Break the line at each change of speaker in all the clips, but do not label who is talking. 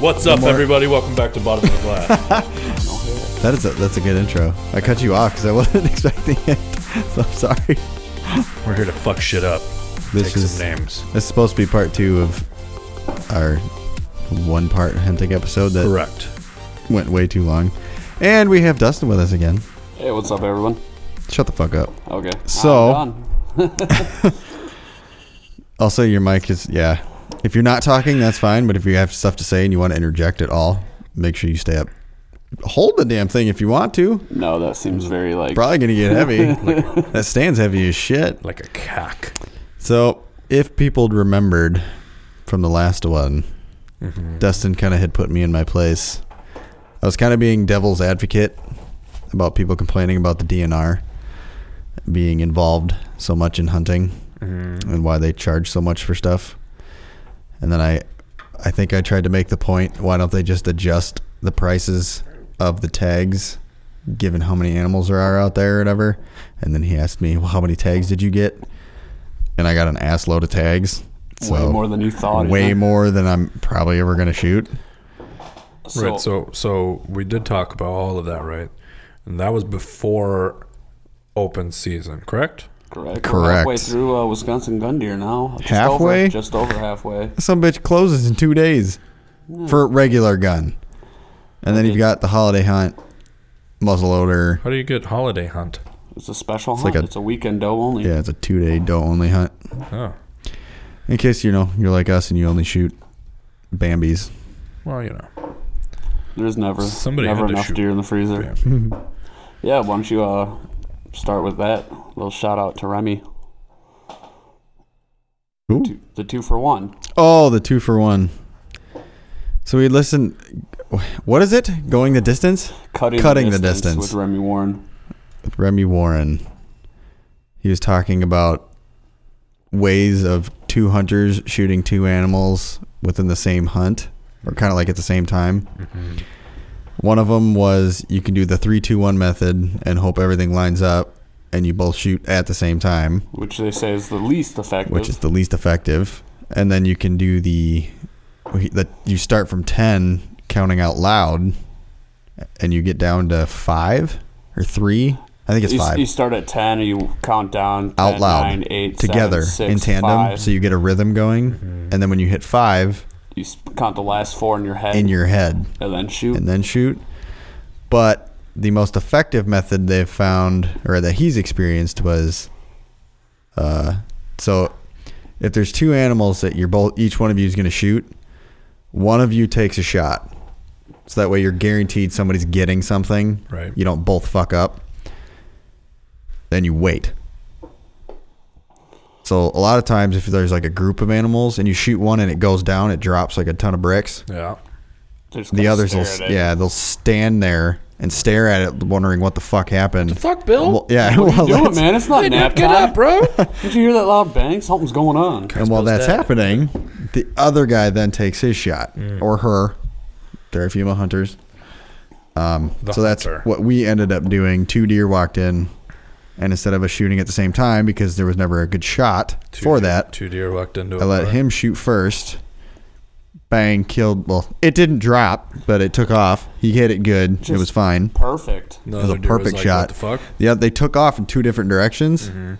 What's up,
more-
everybody? Welcome back to Bottom of the Glass.
That is a, that's a good intro. I cut you off because I wasn't expecting it. So I'm sorry.
We're here to fuck shit up.
This
Take
is-
some names.
It's supposed to be part two of our one part hunting episode that
Correct.
went way too long. And we have Dustin with us again.
Hey, what's up, everyone?
Shut the fuck up.
Okay.
So-
I'm done.
Also, your mic is, yeah. If you're not talking, that's fine. But if you have stuff to say and you want to interject at all, make sure you stay up. Hold the damn thing if you want to.
no, that seems very like.
Probably going to get heavy. that stand's heavy as shit.
Like a cock.
So, if people remembered from the last one, Dustin kind of had put me in my place. I was kind of being devil's advocate about people complaining about the DNR being involved so much in hunting and why they charge so much for stuff. And then I I think I tried to make the point, why don't they just adjust the prices of the tags given how many animals there are out there or whatever? And then he asked me, "Well, how many tags did you get?" And I got an ass load of tags. So
Way more than you thought.
way
isn't it?
more than I'm probably ever gonna shoot.
So,
right. So so we did talk about all of that, right? And that was before open season, correct?
correct. We're
Correct.
halfway through uh, Wisconsin gun deer now. Just
Halfway?
Over, just over halfway.
Some bitch closes in two days for a regular gun, and then you've got the holiday hunt, muzzleloader.
How do you get holiday hunt?
It's a special
like
hunt.
a-
it's a weekend doe only.
Yeah, it's a two-day doe only hunt.
Oh,
In case you know you're like us and you only shoot Bambies.
well, you know,
There's never
Somebody
never
had to
enough
shoot
deer in the freezer. Yeah. why don't you uh, start with that? little shout out to Remy.
Ooh.
Two, the two for one.
Oh, the two for one. So we listen. What is it? Going the distance?
Cutting,
Cutting the
the, distance
distance.
with Remy Warren.
Remy Warren. He was talking about ways of two hunters shooting two animals within the same hunt, or kind of like at the same time.
Mm-hmm.
One of them was you can do the three, two, one method and hope everything lines up, and you both shoot at the same time
Which they say is the least effective.
which is the least effective, and then you can do the that you start from ten counting out loud, and you get down to five or three. I think it's
You, s-
five
you start at 10 and you count down 10,
out loud
nine, eight, seven,
together
six,
in tandem,
five.
so you get a rhythm going, and then when you hit five
you s- count the last four in your head
in your head,
and then shoot.
and then shoot. But the most effective method they've found, or that he's experienced, was uh, so if there's two animals that you're both, each one of you is going to shoot, one of you takes a shot. So that way you're guaranteed somebody's getting something.
Right.
You don't both fuck up. Then you wait. So a lot of times, if there's like a group of animals and you shoot one and it goes down, it drops like a ton of bricks
yeah.
They're just
the
gonna
others will
stare at it.
yeah they'll stand there and stare at it wondering what the fuck happened
Fuck Bill.
Well, yeah well,
Do it,
that's-
man. It's not nap
Get
time.
up, bro.
Did you hear that loud bang? Something's going on.
and while that's happening the other guy then takes his shot
Mm.
or her there are female hunters um,
The
so that's
hunter.
what we ended up doing two deer walked in and instead of us shooting at the same time because there was never a good shot
Two
for
deer-
that
two deer walked into
i
a
let
bar.
him shoot first bang killed well it didn't drop but it took off he hit it good it
Just-
was fine
Perfect.
The
It was a
other deer
perfect
like,
shot.
What the fuck?
Yeah, they took off in two different directions.
Mm-hmm.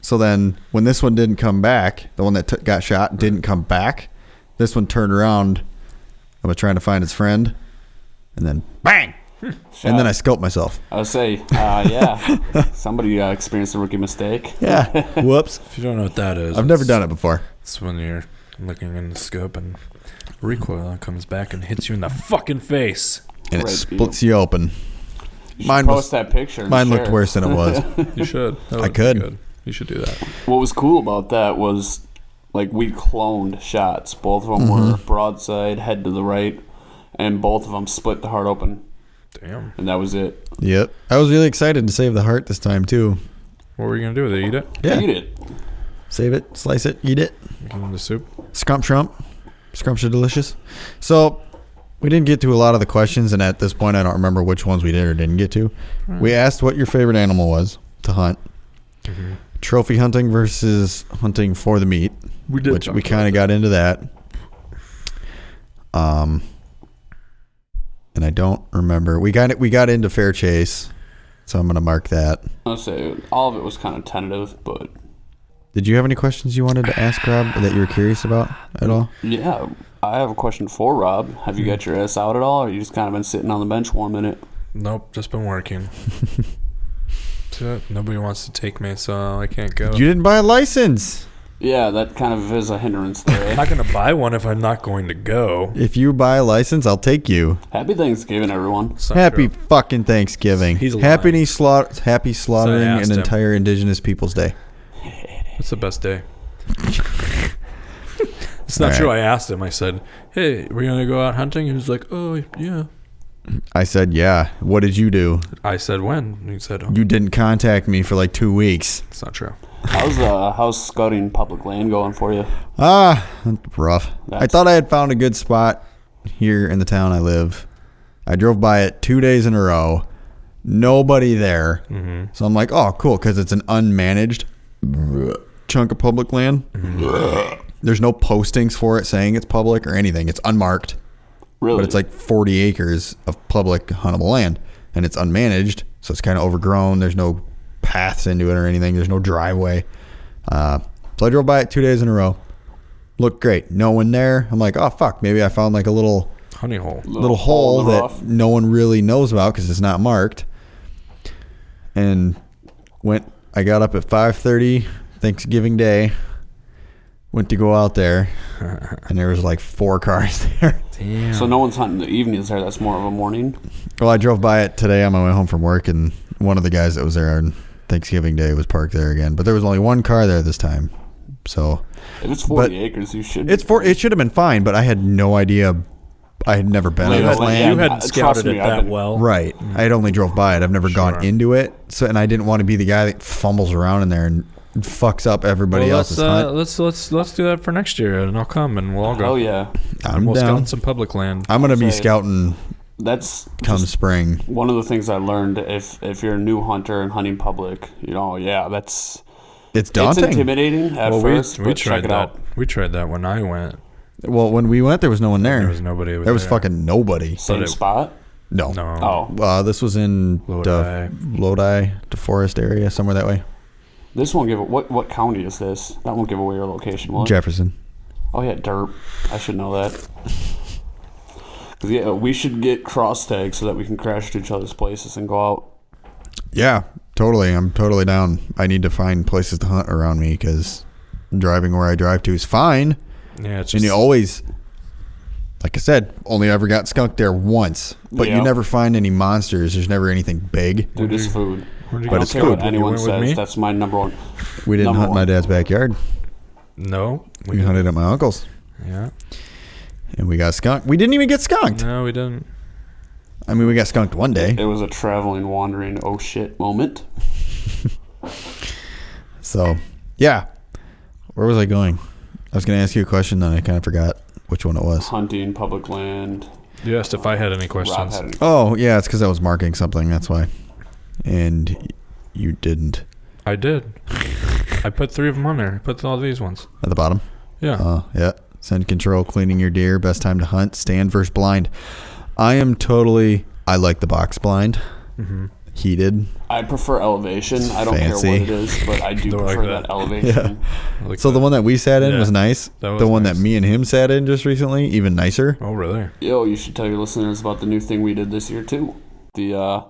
So then, when this one didn't come back, the one that took got shot didn't come back. This one turned around. I was trying to find its friend, and then bang, and then I scoped myself.
I would say, uh, yeah, somebody uh, experienced a rookie mistake.
Yeah, whoops.
If you don't know what that is,
I've never
it's-
done it before.
It's when you're looking in the scope and recoil and comes back and hits you in the fucking face.
And
Right,
it splits you open.
You should
Mine
post
was
that picture. and
mine
share
looked
it.
worse than it was.
You should. That would be
could.
good. You should do that.
What was cool about that was, like, we cloned shots. Both of them
Mm-hmm.
were broadside, head to the right, and both of them split the heart open,
Damn.
and that was it.
yep. I was really excited to save the heart this time too.
What were you gonna do with it? Eat it?
Yeah,
Eat it.
save it, slice it, eat it.
Give him the soup.
Scump Trump. Scrumps are delicious. So we didn't get to a lot of the questions, and at this point, I don't remember which ones we did or didn't get to. We asked what your favorite animal was to hunt.
Mm-hmm.
Trophy hunting versus hunting for the meat,
We did
which
talk
we
about
kind of got into that. Um, and I don't remember. We got it. We got into fair chase, so I'm gonna mark that.
I'll say all of it was kind of tentative, but
Did you have any questions you wanted to ask Rob that you were curious about at all?
yeah, I have a question for Rob. Have you got
Hmm.
your ass out at all, or you just kind of been sitting on the bench warming it?
Nope, just been working. That's it. Nobody wants to take me, so I can't go.
You didn't buy a license.
Yeah, that kind of is a hindrance there.
I'm
eh?
not gonna buy one if I'm not going to go.
If you buy a license, I'll take you.
Happy Thanksgiving, everyone.
It's not
Happy
true.
fucking Thanksgiving.
He's lying.
happy slaughtering, happy slaughtering
So I asked
an
him.
entire Indigenous Peoples Day.
It's the best day. it's not
All
true. I asked him. I said, "Hey, we're gonna go out hunting." He was like, "Oh, yeah."
I said, "Yeah." What did you do?
I said, "When?" And he said, oh,
You didn't contact me for like two weeks.
"It's not true."
How's uh, how's scouting public land going for you?
Ah, that's rough. I
That's-
thought I had found a good spot here in the town I live. I drove by it two days in a row. Nobody there. So I'm like, oh, cool, because it's an unmanaged chunk of public land. There's no postings for it saying it's public or anything. It's unmarked,
Really?
but it's like 40 acres of public huntable land, and it's unmanaged, so it's kind of overgrown. There's no paths into it or anything. There's no driveway. Uh, so I drove by it two days in a row. Looked great. No one there. I'm like, oh fuck, maybe I found like a little
Honey hole.
little hole
in the
that
rough.
no one really knows about because it's not marked. And went. I got up at 5:30 Thanksgiving Day. Went to go out there, and there was like four cars there.
Damn.
So no one's hunting the evenings there. That's more of a morning.
Well, I drove by it today on my way home from work, and one of the guys that was there on Thanksgiving Day was parked there again. But there was only one car there this time, so
If it's forty acres, you should.
It's for it should have been fine, but I had no idea. I had never been on
Well,
that
yeah,
land.
you
had- Mm.
hadn't
trust
scouted
me,
it
I've
that
been-
well.
Right. I had only drove by it. I've never gone into it. So and I didn't want to be the guy that fumbles around in there and fucks up everybody
Well, let's,
else's
uh,
hunt.
let's let's let's do that for next year, and I'll come and we'll all go.
Oh yeah,
I'm
we'll
down.
scout some public land.
I'm gonna be
Say-
scouting
that's
come
just
spring.
one of the things I learned. If if you're a new hunter and hunting public, you know, yeah, that's
It's
it's
daunting.
intimidating at
well,
first.
we
but
we
check
tried
it
that.
out.
We tried that when I went.
well, when we went, there was no one there.
There was nobody.
There was
there.
fucking nobody.
Same
it-
spot.
No.
No.
Oh,
Uh, this was in
Lodi.
the Lodi, DeForest area, somewhere that way.
this won't give. a- What what county is this? That won't give away your location. Will it?
Jefferson.
Oh yeah, derp. I should know that. 'Cause, Yeah, we should get cross tags so that we can crash to each other's places and go out.
Yeah, totally. I'm totally down. I need to find places to hunt around me because driving where I drive to is fine.
Yeah, it's
and
just
you always, like I said, only ever got skunked there once. But
Yeah.
you never find any monsters. There's never anything big.
Dude, it's food.
Where'd you
I
go?
don't
it's
care
food.
what
You
anyone
went with me?
says. That's my number one.
We didn't
Number
hunt my
one.
dad's backyard.
no.
We,
didn't.
hunted at my uncle's,
Yeah.
and we got skunked. We didn't even get skunked.
No, we didn't.
I mean, we got skunked one
Eh?
day.
It was a traveling, wandering, oh shit moment.
So, yeah. Where was I going? I was going to ask you a question, then I kind of forgot which one it was.
Hunting, public land.
You asked if I had any
Rob
questions.
had it.
Oh, yeah, it's because I was marking something. That's why. And y- you didn't
I did. I put three of them on there. I put all these ones.
at the bottom.
Yeah.
Uh, yeah. Scent control, cleaning your deer, best time to hunt, stand versus blind. I am totally. I like the box blind.
Mm-hmm.
Heated.
I prefer elevation. I don't
Fancy.
care what it is, but I do
Don't like
prefer
that.
that, elevation.
Like
So the one that we sat in
Yeah,
was nice.
that was
the one
nice.
that me and him sat in just recently, even nicer.
Oh really?
Yo, you should tell your listeners about the new thing we did this year too. The uh,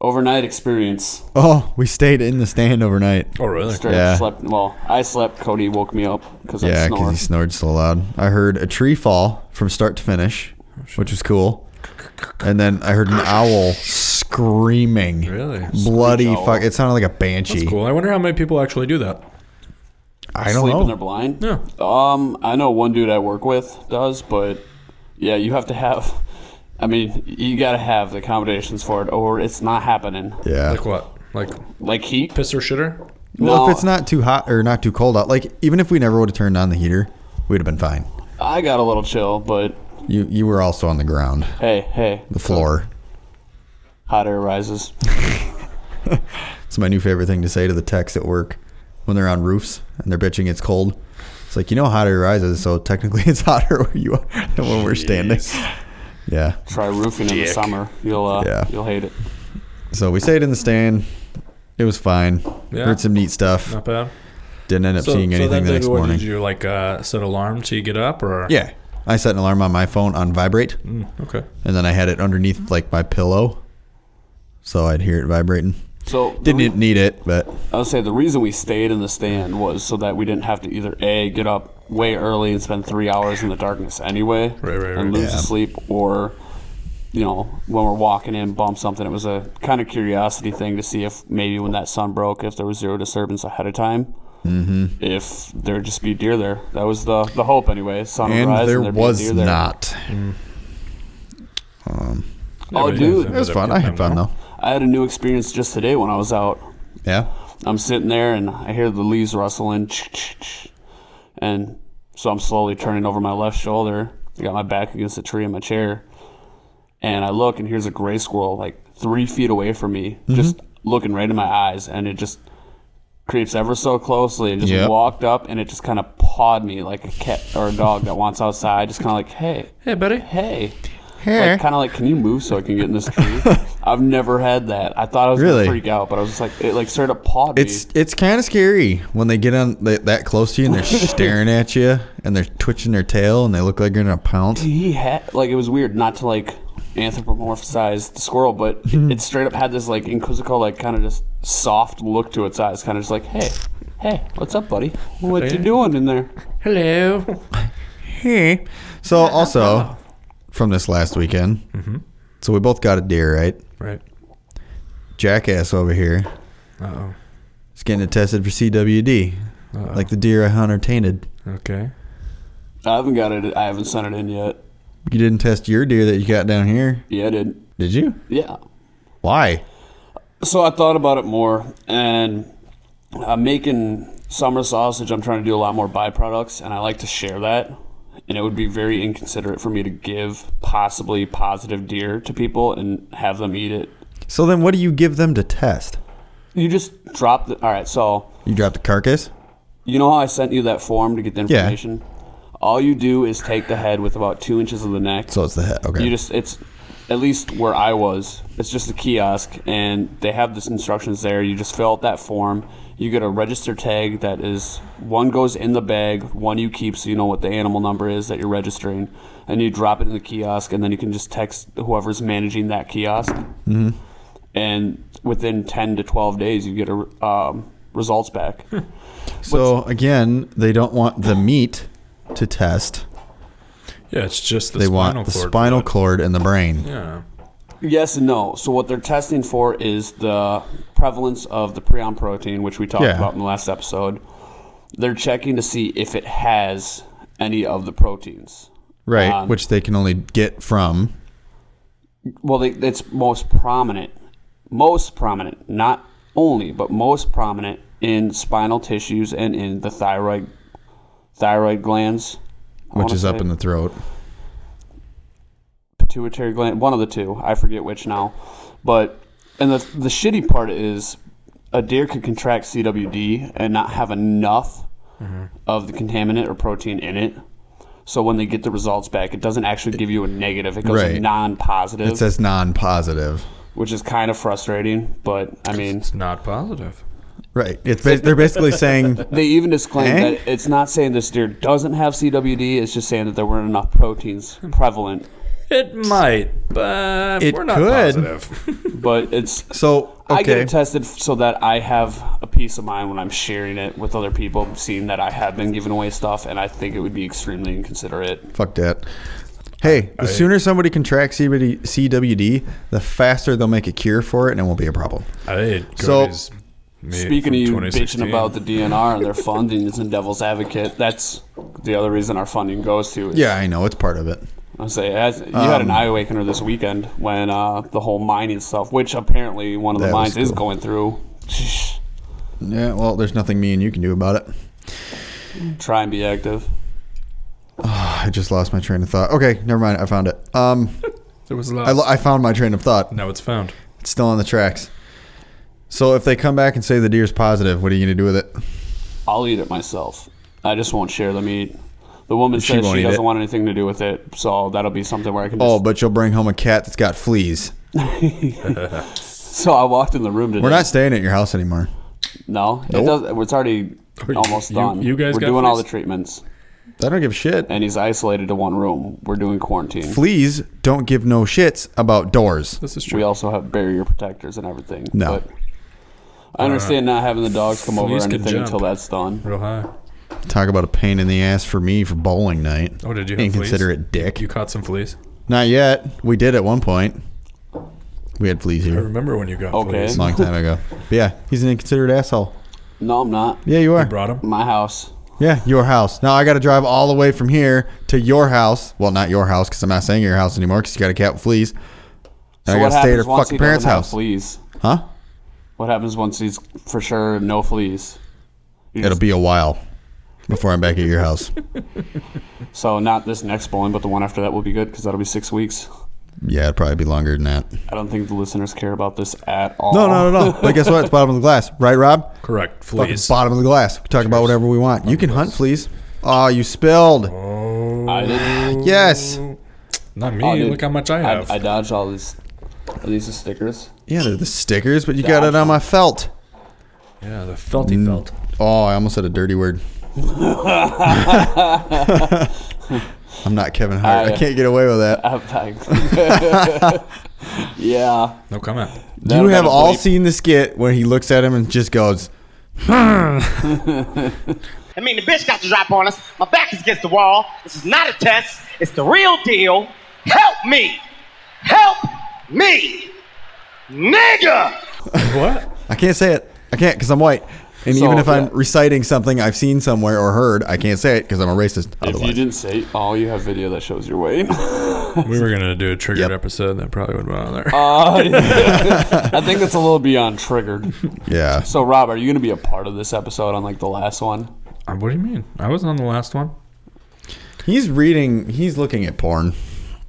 overnight experience.
Oh, we stayed in the stand overnight.
Oh really?
Straight
Yeah.
slept. Well, I slept. Cody woke me up because I
Yeah, because
snore.
he snored so loud. I heard a tree fall from start to finish, which was cool. And then I heard an owl screaming.
Really?
Bloody
Screech owl.
fuck. It sounded like a banshee.
Cool. I wonder how many people actually do that.
I don't
Sleep in
know.
their blind.
Yeah.
Um, I know one dude I work with does, but yeah, you have to have. I mean, you gotta have the accommodations for it, or it's not happening.
yeah.
Like what? Like
Like heat.
piss or shitter?
Well,
No.
if it's not too hot or not too cold out, like even if we never would have turned on the heater, we'd have been fine.
I got a little chill, but
You you were also on the ground,
hey, hey,
the floor.
hot air rises.
It's my new favorite thing to say to the techs at work when they're on roofs and they're bitching it's cold. It's like you know hotter rises, so technically it's hotter where you are than when we're standing. Yeah.
Try roofing in the
Dick.
summer. You'll uh,
Yeah.
you'll hate it.
So we stayed in the stand. It was fine.
Yeah.
Heard some neat stuff.
Not bad.
Didn't end up seeing anything the next
what
morning.
did you like uh, set alarm till you get up or?
yeah. I set an alarm on my phone on vibrate,
Mm, okay.
and then I had it underneath like my pillow, so I'd hear it vibrating.
So the
Didn't
re-
need it, but
I would say the reason we stayed in the stand was so that we didn't have to either a get up way early and spend three hours in the darkness anyway,
Right, right, right.
and lose
Yeah.
the sleep, or you know when we're walking in bump something. It was a kind of curiosity thing to see if maybe when that sun broke, if there was zero disturbance ahead of time, mm-hmm. if there'd just be deer there. That was the the hope anyway. Sun would
and
rise,
there
and there'd be
was
deer there.
not.
Oh,
but you
dude.
guys
It was
ended up
fun. I had
getting
fun
them,
though.
I had a new experience just today when I was out.
Yeah.
I'm sitting there and I hear the leaves rustling, and so I'm slowly turning over my left shoulder. I got my back against the tree in my chair, and I look and here's a gray squirrel like three feet away from me,
Mm-hmm.
just looking right in my eyes, and it just creeps ever so closely and just
Yep.
walked up and it just kind of pawed me like a cat or a dog that wants outside, just kind of like hey,
Hey, buddy.
hey. Like, kind of like, can you move so I can get in this tree? I've never had that. I thought I was
Really?
gonna freak out, but I was just like, it like started to paw me.
It's it's kind of scary when they get on that that close to you and they're staring at you and they're twitching their tail and they look like they're gonna pounce.
he had like it was weird not to like anthropomorphize the squirrel, but it, it straight up had this like inquisical, like kind of just soft look to its eyes, kind of just like, hey, hey, what's up, buddy? What you doing in there?
Hello.
Hey. So also from this last weekend, so we both got a deer, right?
Right.
Jackass over here
Uh oh.
is getting it tested for CWD, like the deer I hunter tainted.
Okay.
I haven't got it. I haven't sent it in yet.
You didn't test your deer that you got down here,
Yeah, I did.
did you?
Yeah.
Why?
So I thought about it more, and I'm making summer sausage. I'm trying to do a lot more byproducts, and I like to share that. And it would be very inconsiderate for me to give possibly positive deer to people and have them eat it.
So then, what do you give them to test?
You just drop the. All right, so
You drop the carcass.
you know how I sent you that form to get the
Yeah.
information. All you do is take the head with about two inches of the neck.
So it's the head. Okay.
You just it's at least where I was, it's just a kiosk and they have this instructions there. You just fill out that form. You get a register tag that is one goes in the bag, one you keep so you know what the animal number is that you're registering, and you drop it in the kiosk and then you can just text whoever's managing that kiosk. Mm-hmm. And within 10 to 12 days you get a um, results back.
So again, they don't want the meat to test.
Yeah, it's just the
they
spinal
want the
cord.
spinal cord and the brain.
Yeah.
Yes and no. So what they're testing for is the prevalence of the prion protein, which we talked
Yeah.
about in the last episode. They're checking to see if it has any of the proteins.
Right,
Um,
which they can only get from.
Well, they, it's most prominent, most prominent, not only but most prominent in spinal tissues and in the thyroid, thyroid glands, I
Which
wanna
is up
say.
in the throat.
pituitary gland, one of the two. I forget which now. But and the the shitty part is a deer could contract CWD and not have enough
Mm-hmm.
of the contaminant or protein in it. So when they get the results back, it doesn't actually give you a negative. It goes
Right.
non-positive,
It says non-positive.
which is kind of frustrating. But I mean,
It's not positive.
Right. It's ba- they're basically saying
they even disclaim
Eh?
that it's not saying this deer doesn't have CWD. It's just saying that there weren't enough proteins prevalent.
It might, but
It
we're not
could.
positive.
But it's
so.
I get
Okay.
it tested f- so that I have a peace of mind when I'm sharing it with other people, seeing that I have been giving away stuff, and I think it would be extremely inconsiderate.
Fuck that. Hey, the sooner somebody contracts CBD, CWD, the faster they'll make a cure for it, and it won't be a problem.
I ate
So-
cookies made
Speaking
from
of you bitching
2016.
about the DNR and their funding is in Devil's Advocate, that's the other reason our funding goes to. Is,
Yeah, Um, I know it's part of it.
I say as, you had an eye awakener this weekend when uh, the whole mining stuff, which apparently one of the
That was
mines is
cool.
going through.
Yeah. Well, there's nothing me and you can do about it.
Try and be active.
I just lost my train of thought. Okay, never mind. I found it. Um,
There was
I,
lots.
lo- I found my train of thought.
now it's found.
It's still on the tracks. So if they come back and say the deer's positive, what are you gonna do with it?
I'll eat it myself. I just won't share the meat. The woman
She
says
won't
she
eat
doesn't
it.
want anything to do with it, so that'll be something where I can. Just,
Oh, but you'll bring home a cat that's got fleas.
so I walked in the room today.
We're not staying at your house anymore.
No, it
Nope.
does, it's already
you-
almost
you-
done.
you guys
we're
got
doing all the
fleas?
treatments,
I don't give a shit.
and he's isolated to one room. We're doing quarantine.
Fleas don't give no shits about doors.
This is
We
true.
also have barrier protectors and everything.
No.
But I understand not having the dogs come over or
Fleas can
anything
jump.
until that's done.
Real high.
Talk about a pain in the ass for me for bowling night.
Oh, did you have
Inconsiderate dick.
You caught some fleas.
Not yet. We did at one point. We had fleas
I
here
remember when you got
Okay.
fleas.
a long time ago. But yeah, he's an inconsiderate asshole.
No, I'm not.
Yeah, you
You
are.
brought them.
My house.
Yeah, your house. Now I got to drive all the way from here to your house. Well, not your house because I'm not staying at your house anymore because you got a cat with fleas.
So
And I got
what
to stay at her
happens once he
fucking parents'
doesn't have
house.
fleas?
Huh?
What happens once he's for sure no fleas? You
It'll
just-
be a while before I'm back at your house.
so not this next bowling, but the one after that will be good because that'll be six weeks.
Yeah, it'd probably be longer than that.
I don't think the listeners care about this at all.
No, no, no, no. But guess what? It's bottom of the glass, right, Rob?
Correct.
Fucking
Fleas.
bottom of the glass. We talk about whatever we want. You can hunt fleas. Oh, you spilled.
I didn't.
Yes.
Not me.
Oh, dude.
Look how much I have.
I, I dodged all these. Are these the stickers?
Yeah, they're the stickers, but you got it on my felt.
yeah, the
Mm.
felty felt.
Oh, I almost said a dirty word. I'm not Kevin Hart. I,
I-
can't get away with that.
I have yeah.
No comment.
you
that'll
have
be a
all
bleep.
seen the skit where he looks at him and just goes,
I mean, the bitch got the drop on us. My back is against the wall. This is not a test. It's the real deal. Help me. Help me. Nigga.
What?
I can't say it. I can't because I'm white. And
So,
even if I'm
yeah.
reciting something I've seen somewhere or heard, I can't say it because I'm a racist.
If you
Otherwise,
didn't say, oh, you have video that shows your weight. Uh,
We were gonna do a triggered
Yep.
episode. That probably would have been on there.
Uh, I think that's a little beyond triggered.
yeah.
So, Rob, are you going to be a part of this episode on like the last one?
Uh, what do you mean? I wasn't on the last one.
He's reading. He's looking at porn.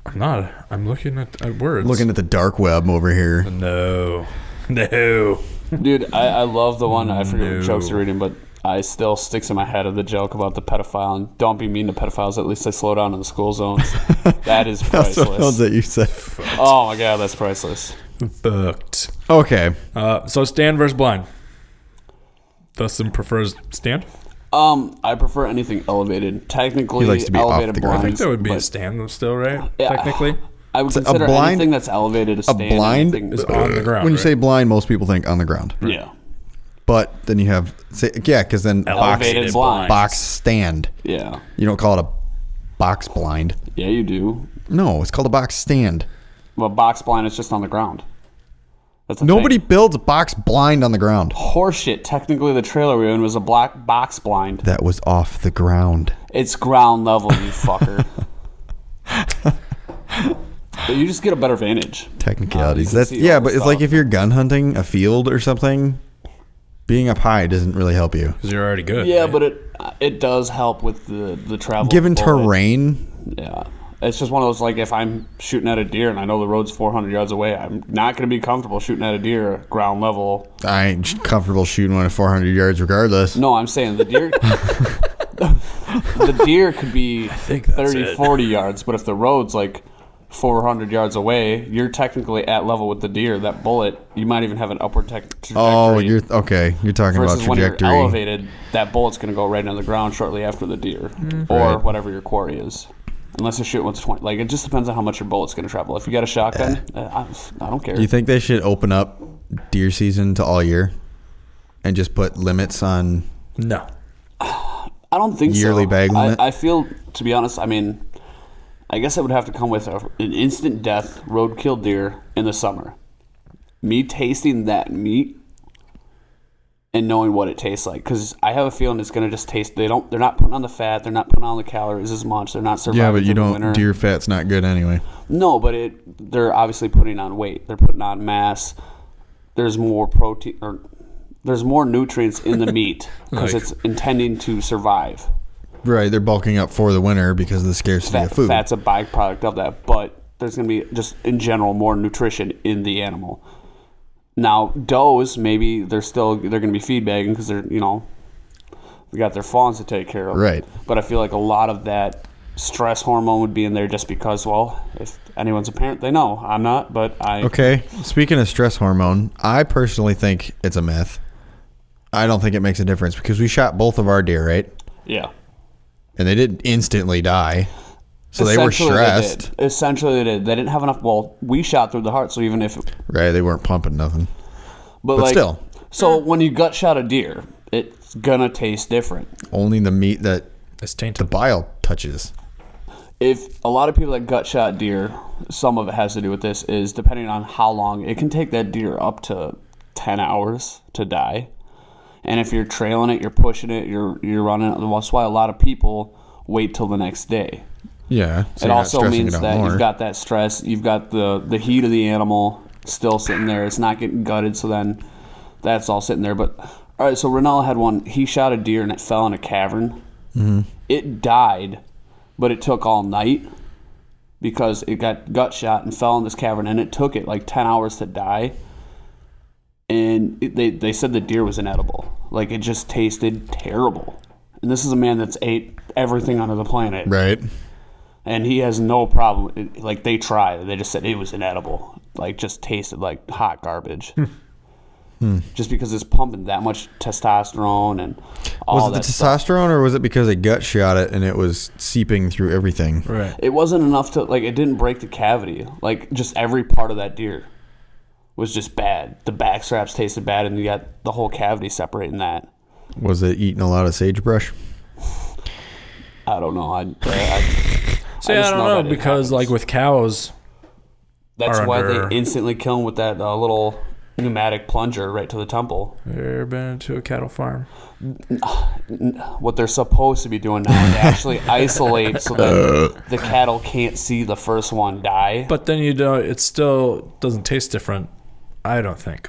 I'm not. I'm looking at, at words.
Looking at the dark web over here.
No. No.
Dude, I, I love the one. I forget
No.
what jokes you're reading, but I still sticks in my head of the joke about the pedophile. And don't be mean to pedophiles. At least they slow down in the school zones. that is
That's the ones
priceless.
that you said.
oh my god, that's priceless.
Fucked.
Okay.
Uh, so Stan versus Blind. Dustin prefers Stan.
Um, I prefer anything elevated. Technically,
He likes to be off
elevated
the ground.
I
blinds.
think that would be a
but
Stan still, right?
Yeah.
Technically,
I would
a
consider
blind-
anything that's elevated a stand.
blind
anything-
it's on the ground.
When you
right?
say blind, most people think on the ground.
yeah,
But then you have, say, yeah, because then
elevated
is
box,
blind.
box stand.
Yeah,
You don't call it a box blind.
yeah, you do.
No, it's called a box stand.
Well, box blind is just on the ground. That's a
Nobody
thing.
builds a box blind on the ground.
Oh. horseshit. Technically, the trailer we were in was a black box blind.
That was off the ground.
It's ground level, you fucker. but you just get a better vantage.
Technicalities.
can
That's
see
yeah,
all the
but it's
stuff.
like if you're gun hunting a field or something, being up high doesn't really help you.
'Cause you're already good.
Yeah,
right?
but it uh, it does help with the the travel.
Given
of the bullet.
terrain,
Yeah. It's just one of those like if I'm shooting at a deer and I know the road's 400 yards away, I'm not going to be comfortable shooting at a deer ground level.
I ain't comfortable shooting one at 400 yards regardless.
No, I'm saying the deer the deer could be
think that's
30
it.
40 yards, but if the road's like 400 yards away, you're technically at level with the deer. That bullet, you might even have an upward tech trajectory.
Oh, you're okay. You're talking about
versus when you're
trajectory.
elevated, that bullet's going to go right on the ground shortly after the deer or
Mm-hmm. Right.
whatever your quarry is. Unless you're shooting with 20. Like, it just depends on how much your bullet's going to travel. If you got a shotgun, uh, I, I don't care.
You think they should open up deer season to all year and just put limits on
no.
I don't think
yearly
so.
bag limit?
I, I feel, to be honest, I mean, I guess it would have to come with a, an instant death roadkill deer in the summer. Me tasting that meat and knowing what it tastes like, because I have a feeling it's going to just taste. They don't. They're not putting on the fat. They're not putting on the calories as much. They're not surviving.
Yeah, but you
through the
don't.
winter.
Deer fat's not good anyway.
No, but it they're obviously putting on weight. They're putting on mass. There's more protein or there's more nutrients in the meat because
Like-
it's intending to survive.
Right, they're bulking up for the winter because of the scarcity
Fat,
of food.
Fat's a byproduct of that, but there's going to be just in general more nutrition in the animal. Now, does maybe they're still they're going to be feed bagging because they're you know They got their fawns to take care of.
Right.
But I feel like a lot of that stress hormone would be in there just because, well, if anyone's a parent, they know. I'm not, but I.
Okay. Speaking of stress hormone, I personally think it's a myth. I don't think it makes a difference because we shot both of our deer, right?
Yeah.
And they didn't instantly die. So they were
Essentially,
stressed.
did. Essentially, they did. They didn't have enough. Well, we shot through the heart, so even if, but,
Right, they weren't pumping nothing. But
like,
still.
So when you gut shot a deer, it's gonna taste different.
Only the meat that
It's
the
tainted.
bile touches.
If a lot of people that gut shot deer, some of it has to do with this. Is depending on how long it can take that deer up to ten hours to die, and if you're trailing it, you're pushing it, you're you're running. it. That's why a lot of people wait till the next day.
Yeah. so
it
you're not
also
stressing
means
it out
that
more.
you've got that stress, you've got the the heat of the animal still sitting there. It's not getting gutted, so then that's all sitting there. But all right, so Renal had one. He shot a deer and it fell in a cavern.
Mm-hmm.
It died, but it took all night because it got gut shot and fell in this cavern, and it took it like ten hours to die. And it, they they said the deer was inedible. Like it just tasted terrible. And this is a man that's ate everything under the planet
Right.
and he has no problem. it- Like they tried, they just said it was inedible. Like just tasted like hot garbage.
Hmm.
Just because it's pumping that much testosterone and all
Was it the
that stuff.
testosterone or was it because they gut shot it and it was seeping through everything?
Right.
It wasn't enough to like. It didn't break the cavity. Like just every part of that deer was just bad. The back straps tasted bad, and you got the whole cavity separating that.
Was it eating a lot of sagebrush?
I don't know. I, I, I,
See, I,
just
don't
know
know
that it
because like
happens.
with cows,
that's
are
why
under-
they instantly kill him with that uh, little pneumatic plunger right to the temple.
Ever been to a cattle farm?
what they're supposed to be doing now is actually isolate so that the cattle can't see the first one die.
Uh. but then you don't. It still doesn't taste different. I don't think.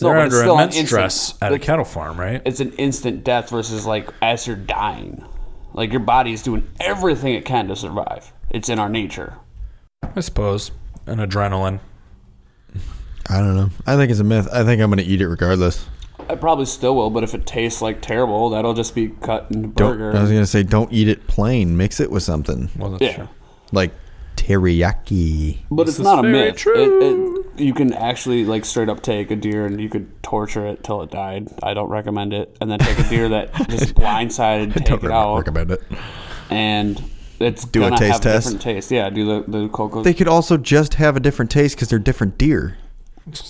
No,
They're
but it's
under
still an
immense
instant-
stress at a
like,
cattle farm, right?
It's an instant death versus like as you're dying. Like your body's doing everything it can to survive. It's in our nature.
I suppose an adrenaline.
I don't know. I think it's a myth. I think I'm going to eat it regardless.
I probably still will, but if it tastes like terrible, that'll just be cut in a
Don't,
burger.
I was going to say, don't eat it plain. Mix it with something
Well, that's
yeah.
true.
like teriyaki.
But it's
is
not a
very
myth. It, it, you can actually like straight up take a deer and you could torture it till it died. I don't recommend it. And then take a deer that just blindsided, take
Don't
it
re-
out,
recommend it.
and it's
a
gonna
taste
have
test?
different taste. Yeah, do the the cocoa.
They could also just have a different taste because they're different deer.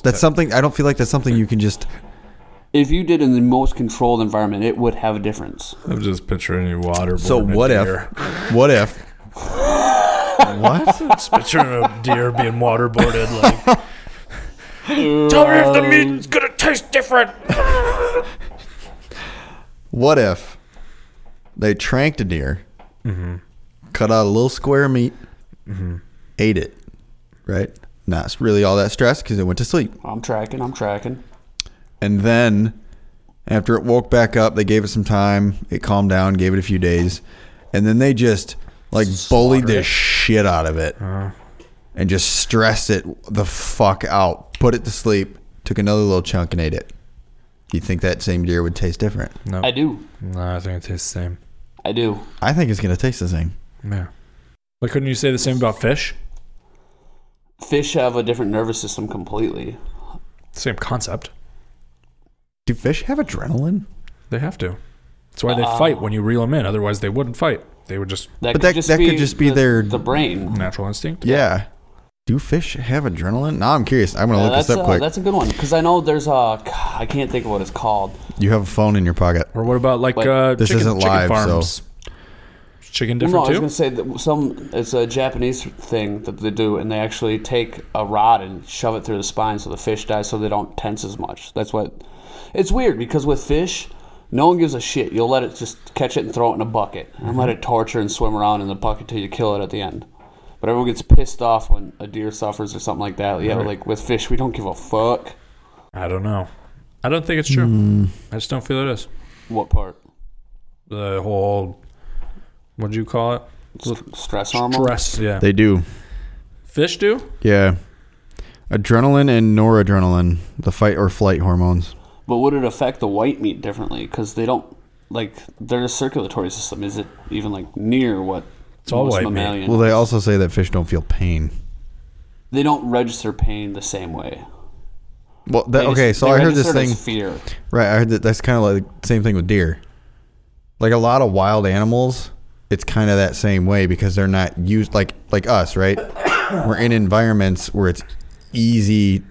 That's something I don't feel like that's something you can just.
if you did in the most controlled environment, it would have a difference.
I'm just picturing a water.
So what if? What if? what?
Just picturing a deer being waterboarded. Like, tell me if the meat is gonna taste different.
What if they tranked a deer, Mm-hmm. cut out a little square of meat, Mm-hmm. ate it, right? Not really all that stressed because it went to sleep.
I'm tracking. I'm tracking.
And then after it woke back up, they gave it some time. It calmed down, gave it a few days. And then they just like bullied the shit out of it and just stressed it the fuck out, put it to sleep, took another little chunk and ate it. You think that same deer would taste different?
No,
I do.
no, I think it tastes the same.
I do.
I think it's gonna taste the same.
Yeah. Like, couldn't you say the same about fish?
Fish have a different nervous system completely.
Same concept.
Do fish have adrenaline?
They have to. That's why they fight when you reel them in. Otherwise, they wouldn't fight. They would just
That
But that- that could just be
the,
their-
the brain.
natural instinct.
Yeah. Do fish have adrenaline? Now I'm curious. I'm gonna
Yeah,
look
that's,
this up
uh,
quick.
that's a good one because I know there's a. I can't think of what it's called.
You have a phone in your pocket.
Or what about like
Wait.
uh,
This
chicken,
isn't
chicken
live,
farms?
so-
Is Chicken
no,
different
I was
too.
gonna say that some. It's a Japanese thing that they do, and they actually take a rod and shove it through the spine, so the fish dies, so they don't tense as much. That's what. It's weird because with fish, no one gives a shit. You'll let it just catch it and throw it in a bucket, and
Mm-hmm.
let it torture and swim around in the bucket till you kill it at the end. But everyone gets pissed off when a deer suffers or something like that. Yeah, like with fish, we don't give a fuck.
I don't know. I don't think it's true.
Hmm.
I just don't feel it is.
What part?
The whole what do you call it?
S- stress hormone.
Stress. Yeah.
They do.
Fish do.
Yeah. Adrenaline and noradrenaline, the fight or flight hormones.
But would it affect the white meat differently? Because they don't like their circulatory system is it even like near what it's
all white meat.
mammalian?
Well, they also say that fish don't feel pain.
they don't register pain the same way.
Well, that,
They just-
okay, so
they
I heard this
register it
thing.
as Fear.
Right, I heard that. That's kind of like the same thing with deer. Like a lot of wild animals, it's kind of that same way because they're not used like like us, right? We're in environments where it's easy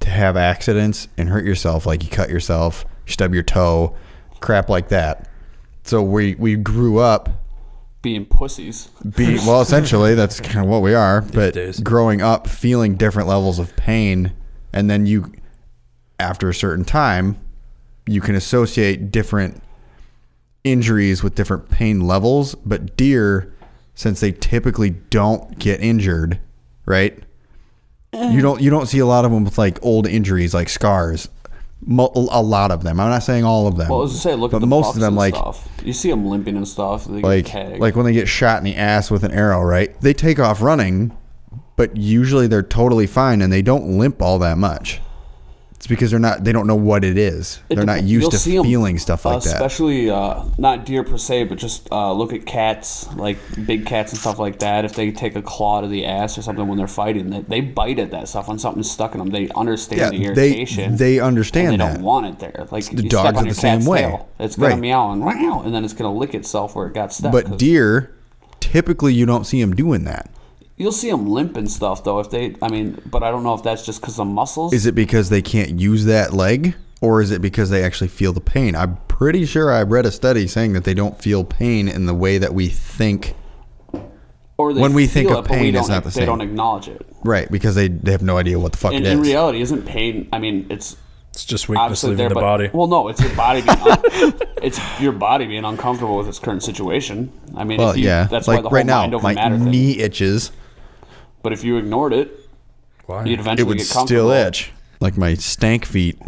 to have accidents and hurt yourself, like you cut yourself, stub your toe, crap like that. So we we grew up
Being pussies.
be well essentially that's kind of what we are but
days.
growing up feeling different levels of pain and then you after a certain time you can associate different injuries with different pain levels but deer since they typically don't get injured right you don't you don't see a lot of them with like old injuries like scars Mo- a lot of them i'm not saying all of them
Well, I was gonna say, look
but
at the
most
bucks
of them
and
like
stuff. you see them limping and stuff. They get
like
tagged.
like when they get shot in the ass with an arrow, right? They take off running, but usually they're totally fine and they don't limp all that much. It's because they're not they don't know what it is.
It
they're not
dep-
used
you'll
to
see 'em,
feeling stuff like that.
Especially uh, not deer per se, but just uh, look at cats, like big cats and stuff like that. If they take a claw to the ass or something when they're fighting, they, they bite at that stuff when something's stuck in them. They understand
Yeah,
the
they
irritation.
they
and
understand
they
that.
don't want it there. Like
the
you
dogs
step
are
on
the
your
same
cat's
way.
Tail, it's gonna
Right.
meow and wow, and then it's gonna lick itself where it got stuck. 'cause
but deer typically you don't see them doing that.
you'll see them limp and stuff though. If they, I mean, but I don't know if that's just because of muscles.
Is it because they can't use that leg or is it because they actually feel the pain? I'm pretty sure I read a study saying that they don't feel pain in the way that we think
or they
when we think
feel
of
it, but we
pain,
don't,
it's not the
They
same.
don't acknowledge it.
right because they, they have no idea what the fuck
And
it is.
in reality, isn't pain? I mean, it's
It's just weakness
obviously
leaving
there,
the
but
body.
well, no, it's your body. Being un- it's your body being uncomfortable with its current situation. I mean,
Well,
if you,
yeah,
that's
like
why the whole
right now,
mind over
my
matter thing.
knee itches.
But if you ignored it,
Why?
you'd
It
eventually
would
get comfortable.
still itch. Like my stank feet.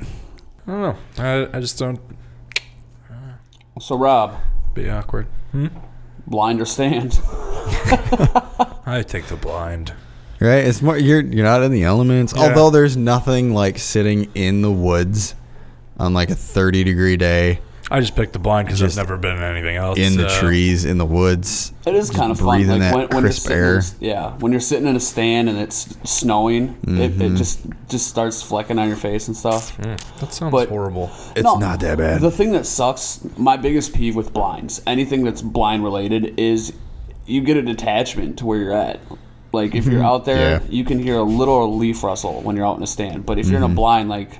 I don't know. I, I just don't
So, Rob,
be awkward.
blind or stand?
I take the blind.
Right? It's more you're you're not in the elements. Although there's nothing like sitting in the woods on like a 30 degree day
I just pick the blind because I've
Just
never been in anything else.
in the
so-
trees in the woods.
It is kind of fun.
breathing
Like
that
when, when
crisp
you're sitting
air.
In, a- yeah, when you're sitting in a stand and it's snowing, it,
Mm-hmm.
it just just starts flecking on your face and stuff.
That sounds
But-
horrible.
It's not that bad.
The thing that sucks, my biggest peeve with blinds, anything that's blind related, is you get a detachment to where you're at. Like if you're out there,
Mm-hmm. Yeah.
you can hear a little leaf rustle when you're out in a stand. But if you're in
Mm-hmm.
a blind, like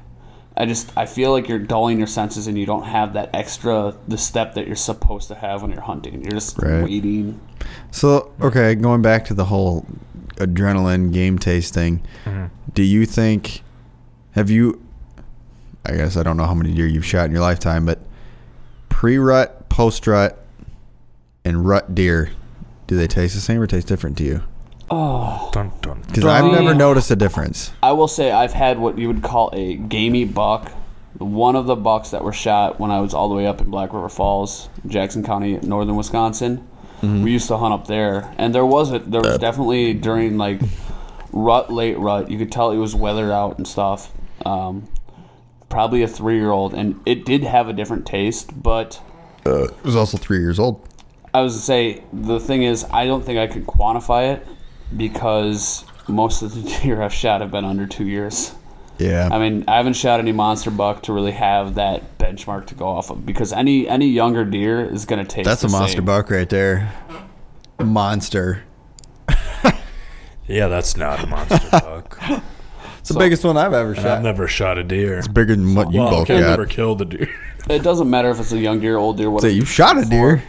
I just I feel like you're dulling your senses and you don't have that extra the step that you're supposed to have when you're hunting. You're just
Right.
waiting.
So okay, going back to the whole adrenaline game taste thing. Do you think? Have you? I guess I don't know how many deer you've shot in your lifetime, but pre-rut, post-rut, and rut deer, do they taste the same or taste different to you?
Dun, dun.
Because I've
Probably-
never noticed a difference.
I will say I've had what you would call a gamey buck. One of the bucks that were shot when I was all the way up in Black River Falls, Jackson County, northern Wisconsin. We used to hunt up there, and there was a, there was definitely during like rut, late rut. You could tell it was weathered out and stuff. Um, probably a three year old, and it did have a different taste, but.
It was also three years old.
I was gonna say the thing is I don't think I could quantify it because most of the deer I've shot have been under two years.
Yeah.
I mean, I haven't shot any monster buck to really have that benchmark to go off of because any any younger deer is going to taste.
that's a
the
monster
same.
buck right there. Monster.
Yeah, that's not a monster buck.
It's the biggest one I've ever
I've
shot.
never shot a deer.
Bigger than what you
well,
both
okay, I've
got.
never killed a deer.
It doesn't matter if it's a young deer, old deer,
So
whatever.
you shot a deer.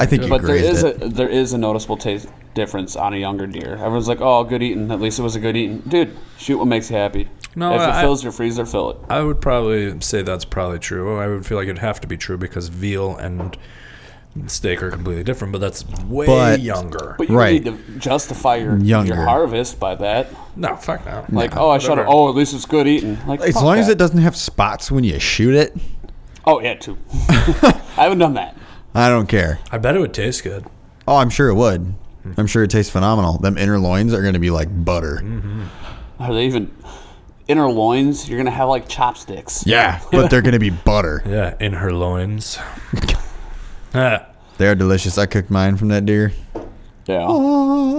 I think you
Mm-hmm. but there
grazed
is
it.
a there is a noticeable taste difference on a younger deer. Everyone's like, "Oh, good eating. At least it was a good eating." Dude, shoot what makes you happy.
No,
if it
I-
fills your freezer, fill it.
I would probably say that's probably true. I would feel like it'd have to be true because veal and steak are completely different, but that's way
But-
younger.
But you
Right.
need to justify your
Younger.
your harvest by that.
no, fuck no.
Mm.
Like, oh, I shot it.
Whatever.
Oh, at least it's good eating. Like,
As
fuck
long as
that.
it doesn't have spots when you shoot it,
Oh yeah, too. I haven't done that.
I don't care.
I bet it would taste good.
Oh, I'm sure it would. I'm sure it tastes phenomenal. Them inner loins are going to be like butter.
Mm-hmm. Are they even inner loins? You're gonna have like chopsticks.
Yeah, but they're going to be butter.
Yeah, in her loins. Ah,
They are delicious. I cooked mine from that deer.
Yeah.
Uh-huh.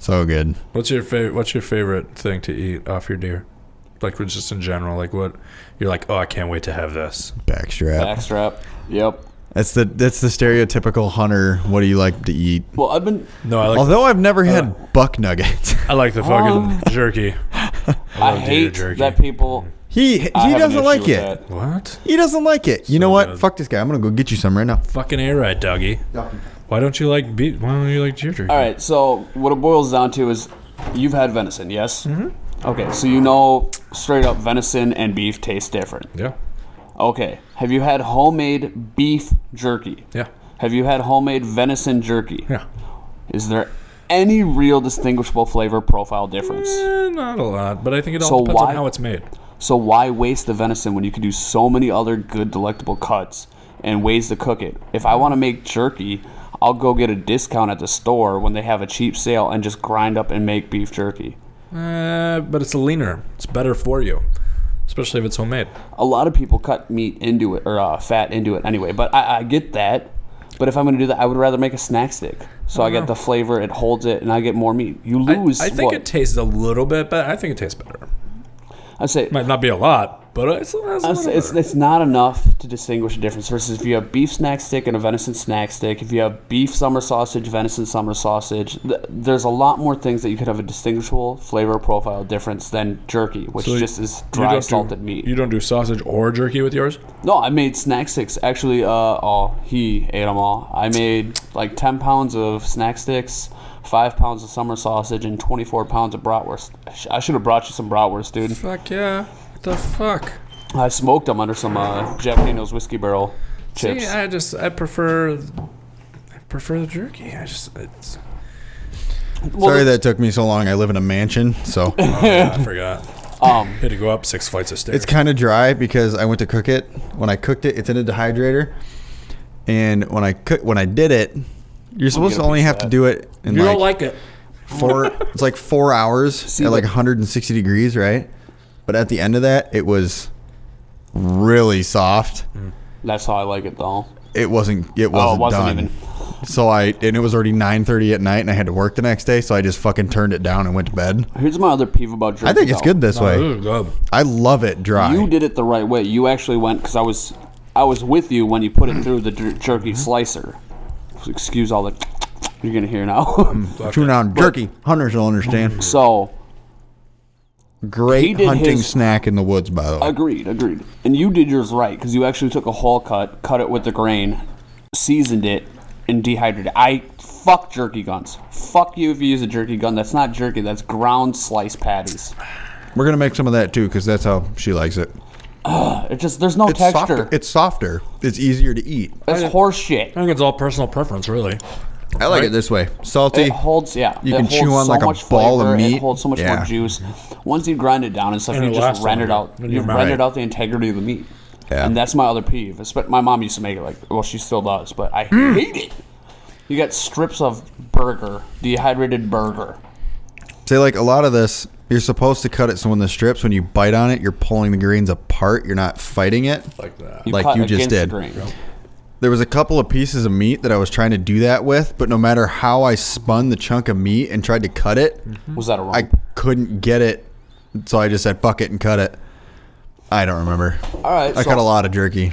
So good.
what's your favorite? What's your favorite thing to eat off your deer? Like just in general, like what you're like? Oh, I can't wait to have this.
Backstrap.
Backstrap. Yep.
That's the that's the stereotypical hunter. What do you like to eat?
Well, I've been.
No, I like.
Although I've never
uh,
had buck nuggets.
I like the fucking jerky.
I,
love deer
hate
jerky.
that people.
he he
I have an
doesn't
issue
like
with
it.
that.
What?
He doesn't like it. You know what?
good.
Fuck this guy. I'm gonna go get you some right now.
Fucking a right, doggy. Why don't you like beef? Why don't you like deer jerky?
All right. So what it boils down to is, you've had venison, yes. Mm-hmm. Okay. So you know, straight up venison and beef taste different.
Yeah,
Okay. Have you had homemade beef jerky?
yeah,
Have you had homemade venison jerky?
yeah.
Is there any real distinguishable flavor profile difference?
Eh, not a lot, but I think it all
So
depends
why-
on how it's made.
So why waste the venison when you can do so many other good delectable cuts and ways to cook it? If I want to make jerky, I'll go get a discount at the store when they have a cheap sale and just grind up and make beef jerky.
Uh, but it's leaner. It's better for you, especially if it's homemade.
A lot of people cut meat into it or uh, fat into it anyway, but I, I get that. But if I'm gonna do that, I would rather make a snack stick. So I, get the flavor, it holds it, and I get more meat. You
I,
lose.
I think
what?
it tastes a little bit better. I think it tastes better.
I say
Might not be a lot, but it's, it's, a
It's,
little
it's,
better.
it's not enough to distinguish the difference versus if you have beef snack stick and a venison snack stick, if you have beef summer sausage, venison summer sausage, th- there's a lot more things that you could have a distinguishable flavor profile difference than jerky, which
So
just is
You don't
dry
do-
salted meat.
You don't do sausage or jerky with yours?
no, I made snack sticks. Actually, uh, oh, he ate them all. I made like 10 pounds of snack sticks, 5 pounds of summer sausage, and 24 pounds of bratwurst. I sh- I should have brought you some bratwurst, dude.
Fuck yeah. What the fuck?
I smoked them under some uh, Jack Daniels whiskey barrel chips.
See, I just I prefer I prefer the jerky. I just it's
Well,
Sorry
the-
that took me so long. I live in a mansion, so
I forgot.
Um,
Had to go up six flights of stairs.
it's kind of dry because I went to cook it. When I cooked it, it's in a dehydrator, and when I cook when I did it, you're supposed to
get a
only
piece of
have to
that.
do it in
you
like,
don't like it.
four. it's like four hours at like
but-
160 degrees, right? But at the end of that, it was really soft.
That's how I like it though.
It wasn't. It wasn't,
Mm. Oh, wasn't
done.
even-
So I and it was already 9:30 at night, and I had to work the next day. So I just fucking turned it down and went to bed.
Here's my other peeve about jerky.
I think it's
though.
good this
Oh,
way.
this is good.
I love it dry.
You did it the right way. You actually went because I was, I was with you when you put it through the jer- jerky
Mm-hmm.
slicer. Excuse all the you're gonna hear now.
Tune on jerky. Hunters will understand.
so He
Great
did
hunting
his-
snack in the woods, by the way.
agreed, agreed. And you did yours right because you actually took a whole cut, cut it with the grain, seasoned it, and dehydrated. it. I fuck jerky guns. Fuck you if you use a jerky gun. That's not jerky. That's ground slice patties.
We're gonna make some of that too, because that's how she likes it.
It just there's no
It's
texture.
softer. It's softer. It's easier to eat.
That's horse shit.
I think it's all personal preference, really.
I like it this way. Salty.
It holds, yeah.
You
it
can
holds
chew on like a ball of meat.
It holds so much
Yeah.
more juice. Once you grind it down and stuff,
And
you
it
just
lasts
render it
longer.
out.
Then
You
you're
render
right.
out the integrity of the meat.
Yeah.
And that's my other peeve. It's- But my mom used to make it like, well, she still does, but I
Mm.
hate it. You got strips of burger, dehydrated burger.
Say like a lot of this, you're supposed to cut it so when the strips, when you bite on it, you're pulling the grains apart. You're not fighting it.
Like that.
Like
cut
you just
against the
did.
grain.
There was a couple of pieces of meat that I was trying to do that with, but no matter how I spun the chunk of meat and tried to cut it,
Was that a wrong?
I couldn't get it. So I just said fuck it and cut it. I don't remember.
All right.
I
so-
cut a lot of jerky.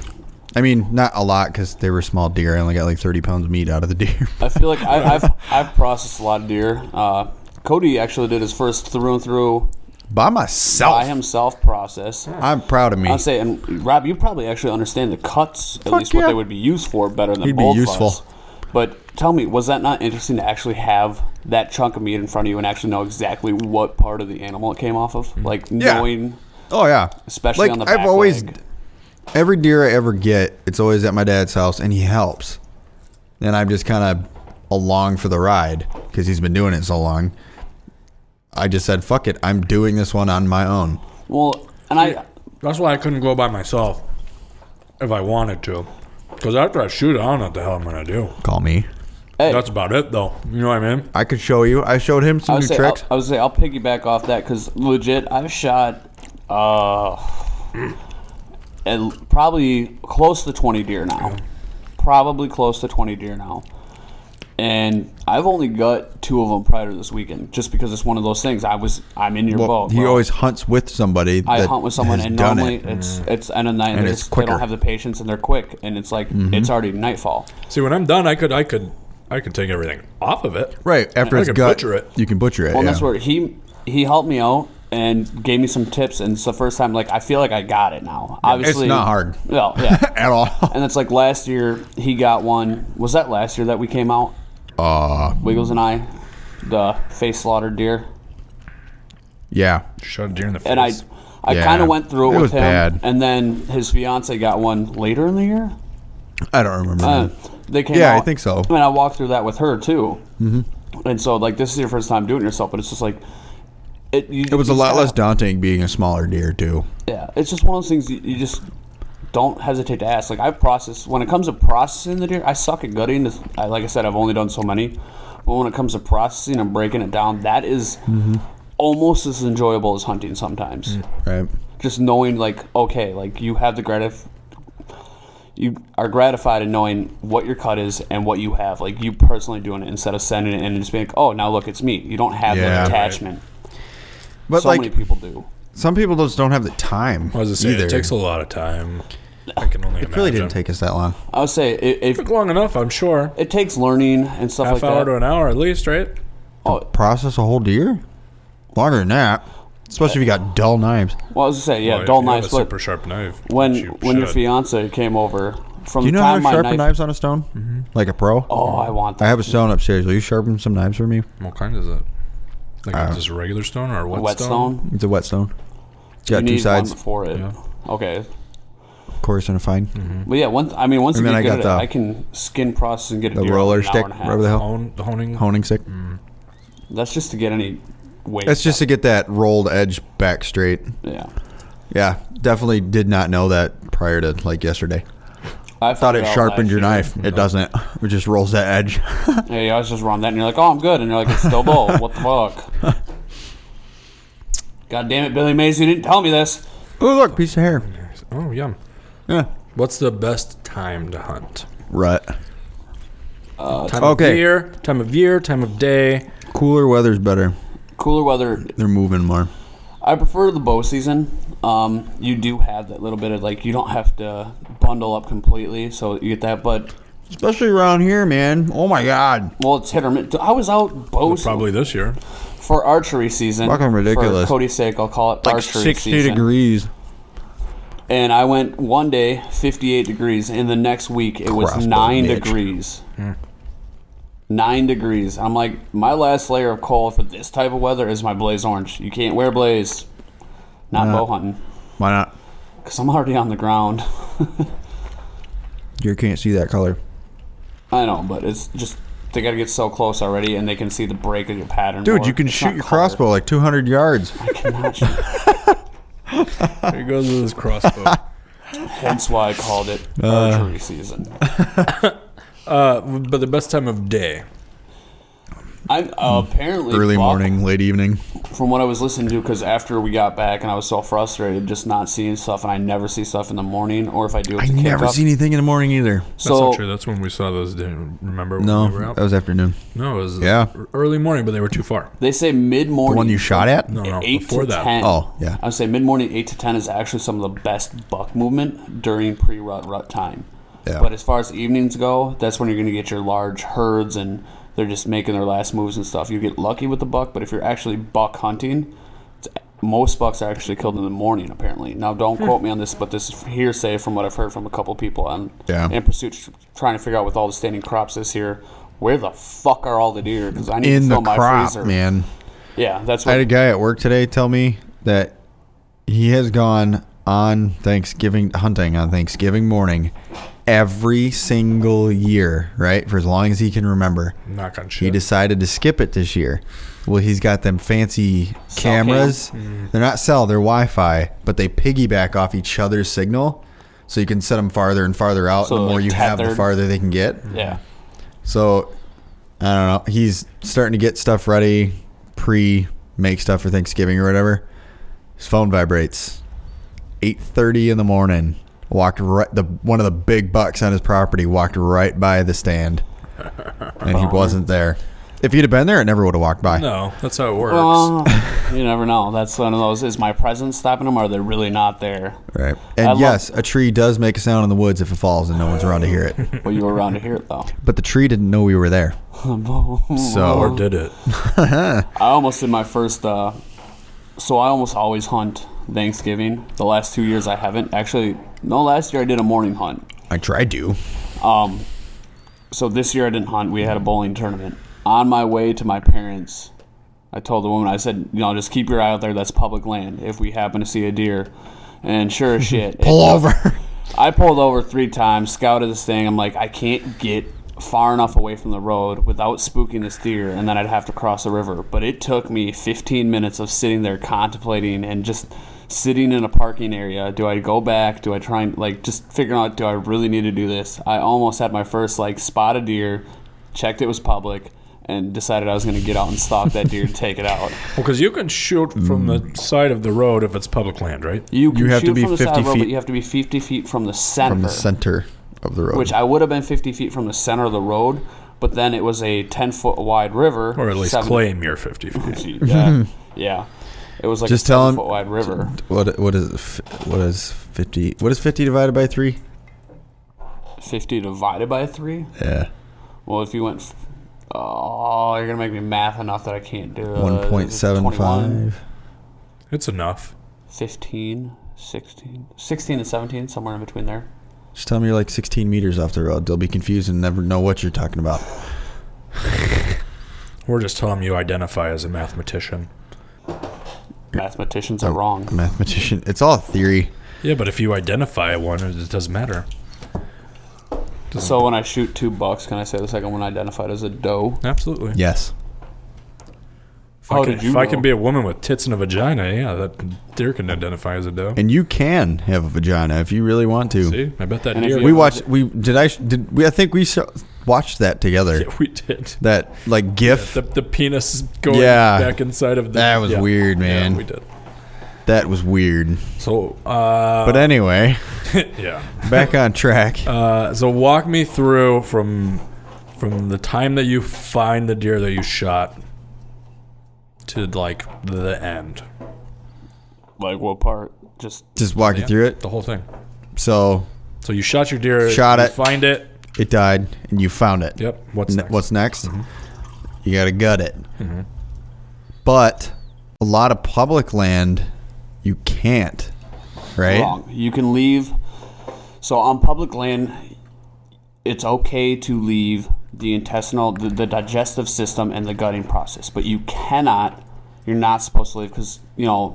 I mean, not a lot because they were small deer. I only got like 30 pounds of meat out of the deer.
I feel like I, I've I've processed a lot of deer. Uh, Cody actually did his first through and through
By myself.
by himself process.
I'm proud of me.
I'll say, and Rob, you probably actually understand the cuts, at least what
yeah.
they would be used for, better than
He'd be
both
useful.
of us. But tell me, was that not interesting to actually have that chunk of meat in front of you and actually know exactly what part of the animal it came off of?
Mm-hmm.
Like
Yeah.
knowing,
Oh yeah,
Especially on the back leg.
every deer I ever get, it's always at my dad's house, and he helps, and I'm just kind of along for the ride because he's been doing it so long. I just said, "Fuck it, I'm doing this one on my own."
well, and I,
That's why I couldn't go by myself if I wanted to. Because after I shoot, I don't know what the hell I'm gonna do.
Call me.
hey,
That's about it, though. You know what I mean?
I could show you. I showed him
I
some
would,
new
say, uh,
tricks.
I'll, I would say I'll piggyback off that because legit, I've shot uh, and probably close to 20 deer now. probably close to 20 deer now. And I've only got two of them prior to this weekend, just because it's one of those things. I was, I'm in your
Well,
boat.
he
bro.
always hunts with somebody.
I
that
hunt with someone,
has
and
done
normally
it.
it's it's end of night, and,
And
they
it's
just they
quicker. Mm-hmm.
don't have the patience, and they're quick, and it's like it's already nightfall.
See, when I'm done, I could, I could, I could take everything off of it.
right after
I
it's
could
gut,
butcher it.
you can butcher it.
Well,
yeah.
that's where he he helped me out and gave me some tips, and it's the first time like I feel like I got it now. Obviously,
not hard.
No, yeah.
at all.
And it's like last year he got one. Was that last year that we came out?
Uh,
Wiggles and I, the face slaughtered deer,
yeah.
Shot a deer in the face.
and I, I
Yeah.
kind of went through it,
It
with
was
him,
bad.
and then his fiance got one later in the year.
I don't remember.
Uh,
that.
they came.
Mm-hmm. Yeah, I
out-
think so.
And I walked through that with her too. Mm-hmm. And so, like, this is your first time doing it yourself, but it's just like it. You,
It was a lot
uh,
less daunting being a smaller deer too.
Yeah, it's just one of those things you, you just don't hesitate to ask. Like, I've processed when it comes to processing the deer, I suck at gutting. This- I, like I said, I've only done so many, but when it comes to processing and breaking it down, that is
Mm-hmm.
almost as enjoyable as hunting sometimes.
Right.
Just knowing, like, okay, like you have the gratif. You are gratified in knowing what your cut is and what you have, like you personally doing it instead of sending it and just being like, "Oh, now look, it's me." You don't have
Yeah.
that
Right.
attachment.
But
so
like
many people do.
some people just don't have the time.
I was just saying,
either.
it takes a lot of time. I can only
It
imagine.
really didn't take us that long.
I would say i- if
Took long enough, I'm sure.
It takes learning and stuff
Half
like
hour
that.
to an hour at least, right?
oh,
Process a whole deer longer than that, especially if you got dull knives.
well, I was gonna say, yeah,
Well, if
dull
Oh, you have
knife
a
split.
super sharp knife.
When
which you
when your
should.
fiance came over, from
Do you
the
know how
time
to
my
sharpen
knife,
knives on a stone?
Mm-hmm.
Like a pro?
Oh, I want
I
that
have a stone upstairs. Will you sharpen some knives for me?
what kind is it? Like just a regular stone or a wet, stone?
whetstone.
It's a whetstone. It's got
You
two
need
sides,
one for it. Okay,
coarse and a fine.
but yeah, once I mean, once
And
you
then
get
I
good
got
at
the-
it, I can skin process and get a
The
deer out
roller
in an hour
stick,
and a half.
whatever the hell,
Hone, the honing.
honing stick.
That's just to get any weight.
That's just to get that rolled edge back straight.
yeah.
Yeah, definitely did not know that prior to like yesterday.
I
Thought
figured
it
out
sharpened
last
your
year.
knife. It doesn't. It just rolls that edge.
Yeah, you always just run that, and you're like, "Oh, I'm good," and you're like, "It's still bull. what the fuck?" God damn it, Billy Mays, you didn't tell me this.
oh look, piece of hair.
Oh, yum.
Yeah.
What's the best time to hunt?
Rut.
Time
okay.
of year, time of year, time of day.
Cooler weather's better.
Cooler weather
They're moving more.
I prefer the bow season. Um, you do have that little bit of like you don't have to bundle up completely, so you get that. But
Especially around here, man. Oh my God.
well, it's hit or miss. I was out bow
Well, probably this year.
for archery season.
Fucking ridiculous.
For Cody's sake, I'll call it
Like
archery
60
season.
degrees.
And I went one day, fifty-eight degrees, and the next week it was
Crossbow
nine
bitch.
degrees.
Hmm.
Nine degrees. I'm like, my last layer of coal for this type of weather is my blaze orange. You can't wear blaze, not bow hunting,
Why not?
because I'm already on the ground.
You can't see that color.
I know, but it's just they got to get so close already, and they can see the break of your pattern.
Dude,
more.
you can
It's
shoot
not
your
color.
crossbow like 200 yards.
I cannot shoot.
There goes with his crossbow.
Hence why I called it archery season.
uh, but the best time of day.
I apparently
Early
buck-
morning, late evening.
from what I was listening to, because after we got back and I was so frustrated just not seeing stuff, and I never see stuff in the morning, or if I do,
I
it's a kick
never
up.
see anything in the morning either.
That's
So
not true. That's when we saw those. Didn't remember when
No,
we were out?
that was afternoon.
no, it was e-,
Yeah.
early morning, but they were too far.
they say mid
The
morning.
one you shot at?
No, no,
eight
before
to
that.
ten.
Oh, yeah.
I would say mid morning eight to ten is actually some of the best buck movement during pre rut rut time.
Yeah.
But as far as evenings go, that's when you're going to get your large herds and they're just making their last moves and stuff. You get lucky with the buck, but if you're actually buck hunting, it's, most bucks are actually killed in the morning. Apparently, now
Hmm.
don't quote me on this, but this is hearsay from what I've heard from a couple people on
Yeah.
in pursuit tr- trying to figure out with all the standing crops this year. Where the fuck are all the deer? Because I need to
In the
fill my
crop,
freezer.
man.
Yeah, that's
I
what
had a guy at work today tell me that he has gone on Thanksgiving hunting on Thanksgiving morning every single year, right? For as long as he can remember.
Knock on
He
shit.
decided to skip it this year. Well, he's got them fancy
Cell Mm.
cameras. They're not cell, they're Wi-Fi, but they piggyback off each other's signal. So you can set them farther and farther out.
So
the
they're,
more
like,
you have, the
tethered.
farther they can get.
yeah.
So I don't know. He's starting to get stuff ready, pre make stuff for Thanksgiving or whatever. His phone vibrates. Eight thirty in the morning. Walked right the one of the big bucks on his property walked right by the stand, and he wasn't there. If he'd have been there, it never would have walked by.
No, that's how it works.
Oh, you never know. That's one of those. Is my presence stopping them, or are they really not there?
Right. And
I love-
yes, a tree does make a sound in the woods if it falls and no one's around to hear it.
Well, you were around to hear it though.
But the tree didn't know we were there.
or
Oh.
So
did it?
I almost did my first. Uh, so I almost always hunt Thanksgiving. The last two years I haven't actually. No, last year I did a morning hunt.
I tried to.
So this year I didn't hunt. We had a bowling tournament. On my way to my parents, I told the woman, I said, you know, just keep your eye out there. That's public land. If we happen to see a deer, and sure as shit,
Pull
it-
over.
I pulled over three times, scouted this thing. I'm like, I can't get far enough away from the road without spooking this deer, and then I'd have to cross the river. But it took me 15 minutes of sitting there contemplating and just sitting in a parking area. Do I go back? Do I try and like just figuring out, do I really need to do this? I almost had my first like spot a deer, checked it was public. And decided I was going to get out and stalk that deer and take it out.
Well, because you can shoot from the side of the road if it's public land, right?
You, can
have to
shoot
be
from the side
50
of the road,
feet-
but you have to be 50 feet from the center.
From the center of the road.
which I would have been 50 feet from the center of the road, but then it was a 10 foot wide river.
Or at least
seven-
claim your 50 feet.
Yeah, yeah. It was like
Just
a
tell
7
him-
foot wide river.
what what is f- what is 50 what is 50 divided by 3?
50 divided by 3?
Yeah.
Well, if you went. F- oh, you're going to make me math enough that I can't do it.
Uh,
1.75.
21,
It's enough.
15, 16, 16 and 17, somewhere in between there.
Just tell me you're like 16 meters off the road. They'll be confused and never know what you're talking about.
We're just telling you identify as a mathematician.
Oh.
Mathematicians are wrong.
Mathematician. It's all theory.
Yeah, but if you identify one, it it doesn't matter.
So when I shoot two bucks, can I say the second one identified as a doe?
Absolutely.
Yes.
If,
How
Oh,
I, can,
did you
if I can
know?
be a woman with tits and a vagina, yeah, that deer can identify as a doe.
And you can have a vagina if you really want to.
See, I bet that
if
deer.
you-
We watched we did I did we I think we saw, watched that together.
Yeah, we did.
That like gif
The, the penis going
Yeah.
back inside of the.
That was
yeah.
weird, man.
Yeah, we did.
that was weird.
So, uh,
But anyway,
yeah.
back on track.
Uh, so walk me through from from the time that you find the deer that you shot to like the end,
Like what part? Just
Just walking through it.
the whole thing.
So
So you shot your deer,
Shot
you
it.
find it.
it died and you found it.
Yep. What's
N-
next? Mm-hmm.
What's next? You got to gut it. But a lot of public land, you can't, right?
wrong. You can leave. So on public land, it's okay to leave the intestinal, the, the digestive system, and the gutting process, but you cannot. You're not supposed to leave because you know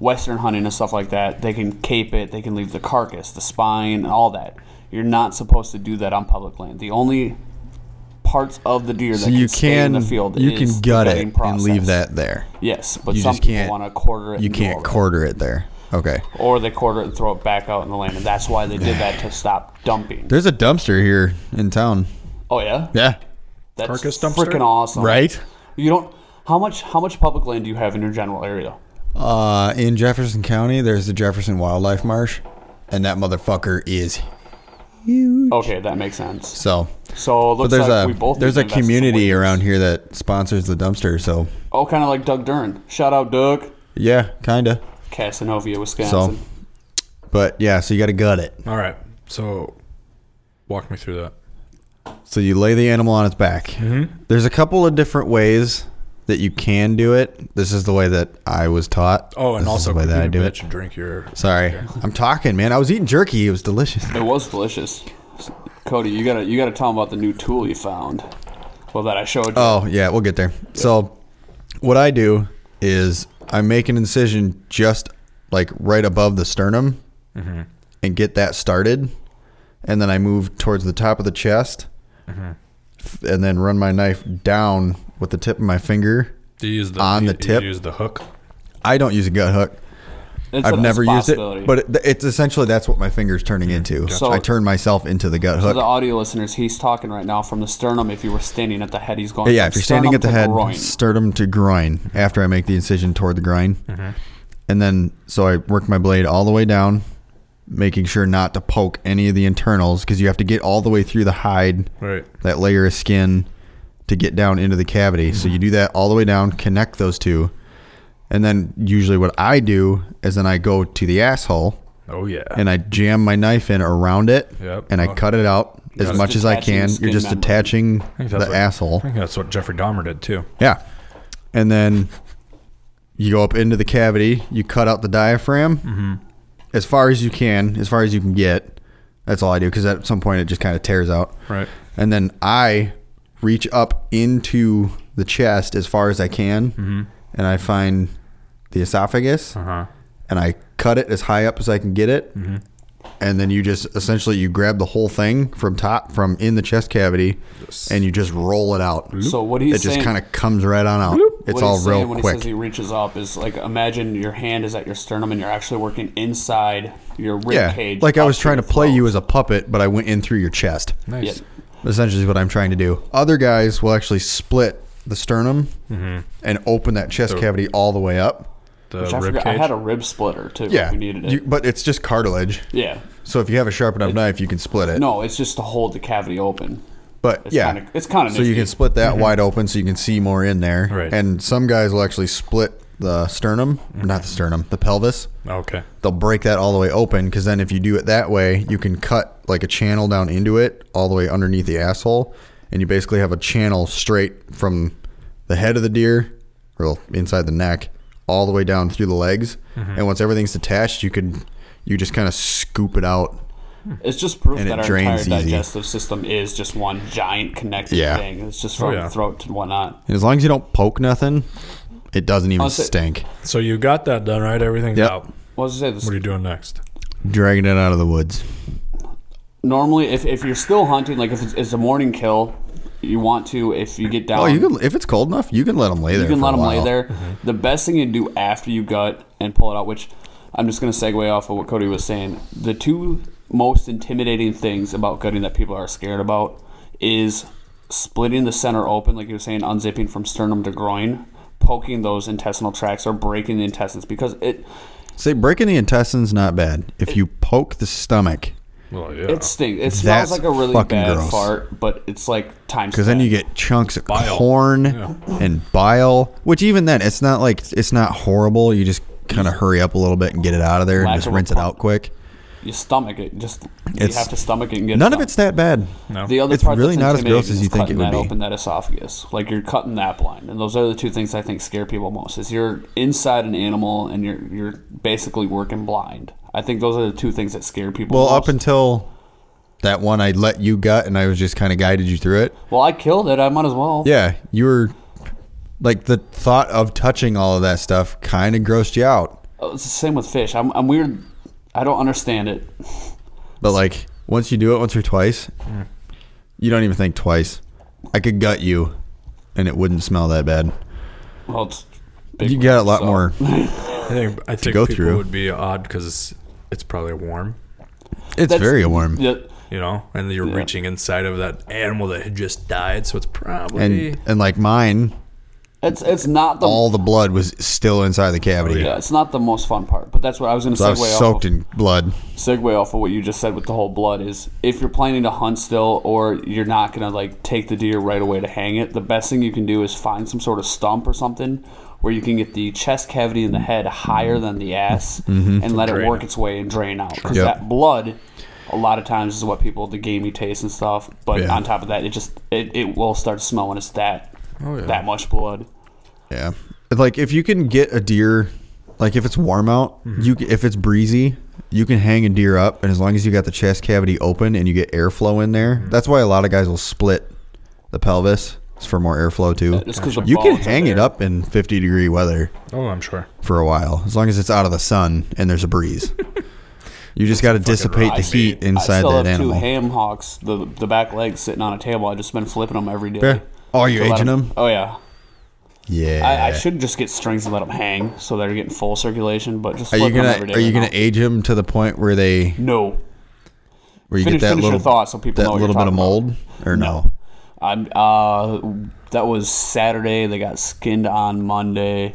Western hunting and stuff like that. They can cape it. They can leave the carcass, the spine, and all that. You're not supposed to do that on public land. The only parts of the deer that
So you
can stay in
can
the field
you
is
can
the
gut
gutting
it and leave
process.
that there.
Yes, but
you
some
just
people
can't-
want to quarter it.
You
and do
can't
all that
quarter it there. Okay.
or they quarter it and throw it back out in the land, and that's why they did that to stop dumping.
There's a dumpster here in town.
Oh yeah,
Yeah.
that's
Carcass dumpster?
freaking awesome,
Right?
You don't. How much? How much public land do you have in your general area?
Uh, in Jefferson County, there's the Jefferson Wildlife Marsh, and that motherfucker is
Okay, that makes sense.
so.
So it
But
looks
there's
like
a
we both.
there's
need
a
to invest in some
community
weeds.
around here that sponsors the dumpster. So
Oh, kind of like Doug Dern. Shout out Doug,
yeah, kinda.
Casanova,
So,
Wisconsin.
but yeah, so you got to gut it.
All right. So walk me through that.
So you lay the animal on its back.
Mm-hmm.
There's a couple of different ways that you can do it. This is the way that I was taught.
Oh, and
This is
also
the way that I
complete
do
bitch
it.
and drink your.
Sorry, I'm talking, man. I was eating jerky. It was delicious.
It was delicious. Cody, you gotta you gotta tell them about the new tool you found. Well, that I showed you.
Oh yeah, we'll get there. So, what I do is I make an incision just like right above the sternum,
Mm-hmm.
and get that started, and then I move towards the top of the chest,
Mm-hmm.
f- and then run my knife down with the tip of my finger.
Do you use the
On
you-
the
you
tip?
use the hook.
I don't use a gut hook.
It's
I've
a
never used
possibility.
it, but it, it's essentially that's what my finger's turning into.
So-
I turn myself into the gut
For the
hook.
audio listeners, he's talking right now from the sternum. If you were standing at the head, he's going.
yeah,
from
if you're standing at the
sternum to
head,
groin.
sternum to groin. After
Mm-hmm.
I make the incision toward the groin, and then so I work my blade all the way down, making sure not to poke any of the internals because you have to get all the way through the hide,
Right.
that layer of skin, to get down into the cavity. So
Mm-hmm.
you do that all the way down, connect those two, and then usually what I do is then I go to the asshole
Oh yeah.
and I jam my knife in around it,
Yep. Oh.
and I cut it out as
Just
much as I
detaching
can.
skin
You're just
membrane.
detaching
think
the
that's what-
asshole.
I think that's what Jeffrey Dahmer did too.
Yeah. And then you go up into the cavity, you cut out the diaphragm
Mm-hmm.
as far as you can, as far as you can get. That's all I do because at some point it just kind of tears out.
Right.
And then I reach up into the chest as far as I can and I find the esophagus
Mm-hmm. Uh-huh. Mm-hmm.
and I cut it as high up as I can get it. And then you just essentially you grab the whole thing from top from in the chest cavity and you just roll it out
So what he's
it just
saying-
kind of comes right on out. It's
What
all
he's saying
real
when He
quick.
says he reaches up is like imagine your hand is at your sternum and you're actually working inside your rib
yeah,
cage.
like I
up
was trying to
your
play
throat.
you as a puppet, but I went in through your chest.
Yeah.
Nice.
Essentially, is what I'm trying to do. Other guys will actually split the sternum
Mm-hmm.
and open that chest cavity all the way up.
The
Which I,
rib
forgot, I
cage.
had a rib splitter too.
Yeah,
if we needed it.
you- but it's just cartilage.
yeah,
So if you have a sharp enough knife, you can split it.
no, it's just to hold the cavity open.
but
It's
yeah,
kinda, Mm-hmm. it's kind of
so you can split that wide open, so you can see more in there.
Right.
And some guys will actually split the sternum,
Mm-hmm.
not the sternum, the pelvis.
okay.
they'll break that all the way open because then if you do it that way, you can cut like a channel down into it all the way underneath the asshole, and you basically have a channel straight from the head of the deer, or inside the neck, all the way down through the legs.
Mm-hmm.
And once everything's detached, you can you just kind of scoop it out.
It's just proof
And it
that our entire
drains easy.
digestive system is just one giant connected
Yeah.
thing. It's just from
Oh, yeah.
the throat to whatnot.
And as long as you don't poke nothing, it doesn't even
say-
stink.
So you got that done, right? Everything's
Yep.
out.
What was I say? This,
What are you doing next?
Dragging it out of the woods.
normally, if, if you're still hunting, like if it's, it's a morning kill, you want to if you get down.
Oh, you can if it's cold enough, you can let them lay there.
Um, You can
for
let
a
them lay
while. Mm-hmm.
there. The best thing you do after you gut and pull it out, which I'm just going to segue off of what Cody was saying. The two most intimidating things about gutting that people are scared about is splitting the center open, like you were saying, unzipping from sternum to groin, poking those intestinal tracts or breaking the intestines because it
Say breaking the intestines not bad. If you poke the stomach,
Well, yeah.
it stinks. It smells
That's
like a really
fucking
bad
gross.
fart, but it's like time.
Because then you get chunks of
Bile.
corn and bile, which even then it's not like it's not horrible. You just kind of hurry up a little bit and get it out of there
Lack
and just
of a
rinse it
pump.
out quick.
you stomach it. Just you
It's-
have to stomach it and get
None
it
of
out.
it's that bad.
no.
The other
It's
part
really
that's
not as gross
intimidating
as you
is
think it
cutting
would
that
be.
Open that esophagus, like you're cutting that blind, and those are the two things I think scare people most. Is you're inside an animal and you're you're basically working blind. I think those are the two things that scare people.
Well,
most.
up until that one, I let you gut and I was just kind of guided you through it.
well, I killed it. I might as well.
Yeah, you were like the thought of touching all of that stuff kind of grossed you out.
Uh, It's the same with fish. I'm I'm weird. I don't understand it.
But like once you do it once or twice, you don't even think twice. I could gut you, and it wouldn't smell that bad.
Well, it's big
You got a
ribs,
lot
so-
more.
I think I think
go
people
through.
would be odd because it's probably warm,
It's
That's-
very warm.
Yeah,
you know, and you're reaching inside of that animal that had just died, so it's probably
and and like mine,
it's it's not the
all the blood was still inside the cavity.
Oh, yeah, it's not the most fun part. But that's what I was going to
So I was
segue off of.
soaked in blood.
segue off of what you just said with the whole blood is if you're planning to hunt still or you're not gonna like take the deer right away to hang it the best thing you can do is find some sort of stump or something where you can get the chest cavity and the head higher than the ass and let it work its way and drain out because
Mm-hmm. Yep.
that blood a lot of times is what people the gamey taste and stuff but
Yeah.
on top of that it just it, it will start to smell when it's that
Oh,
that much blood
Yeah, like if you can get a deer, like if it's warm out,
Mm-hmm.
you c- if it's breezy, you can hang a deer up, and as long as you got the chest cavity open and you get airflow in there,
Mm-hmm.
that's why a lot of guys will split the pelvis. It's for more airflow too.
it's 'cause the
you can
bones are
hang it
there.
up in 50 degree weather
oh, I'm sure.
for a while, as long as it's out of the sun and there's a breeze. you just got to dissipate the
rock,
heat
dude.
inside
I still
that
have
animal.
two ham hocks, the the back legs sitting on a table. I've just been flipping them every day.
Yeah. Oh, are you
To let
aging them?
Oh yeah.
Yeah.
Oh. I, I should just get strings and let them hang so they're getting full circulation. But just
Are you
flip 'em every
gonna
day
Are you
right
gonna
now.
age them to the point where they
No,
where you
Finish-
get that
finish your
little
thought so people
that
know what
little
you're
bit of mold
talking
or no?
No. I'm. Uh, that was Saturday. They got skinned on Monday,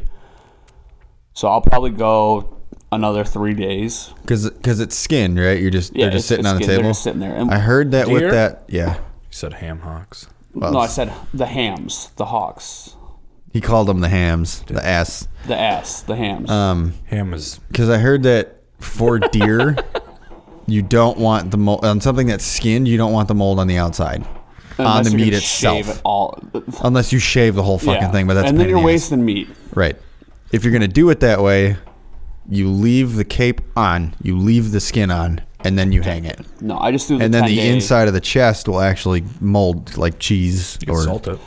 so I'll probably go another three days.
Because it's skinned, right? You're just they're just sitting
it's- it's
on the
skin. They're
table.
just sitting there. And
I heard that
Deer?
with that. Yeah,
said ham hocks.
well,
no, I said the hams, the hawks,
he called them the hams, the ass.
the ass, the hams.
Um,
Ham is
because I heard that for deer, you don't want the mold on something that's skinned. You don't want the mold on the outside, on
Unless
the
you're
meat
gonna shave
itself.
it all.
Unless you shave the whole fucking
Yeah.
thing, but that's
and
a
then
pain in
you're
the ass.
wasting meat.
Right. If you're gonna do it that way, you leave the cape on, you leave the skin on, and then you hang it.
No, I just threw the
And then
10
the
day.
inside of the chest will actually mold like cheese
you
or
could salt it.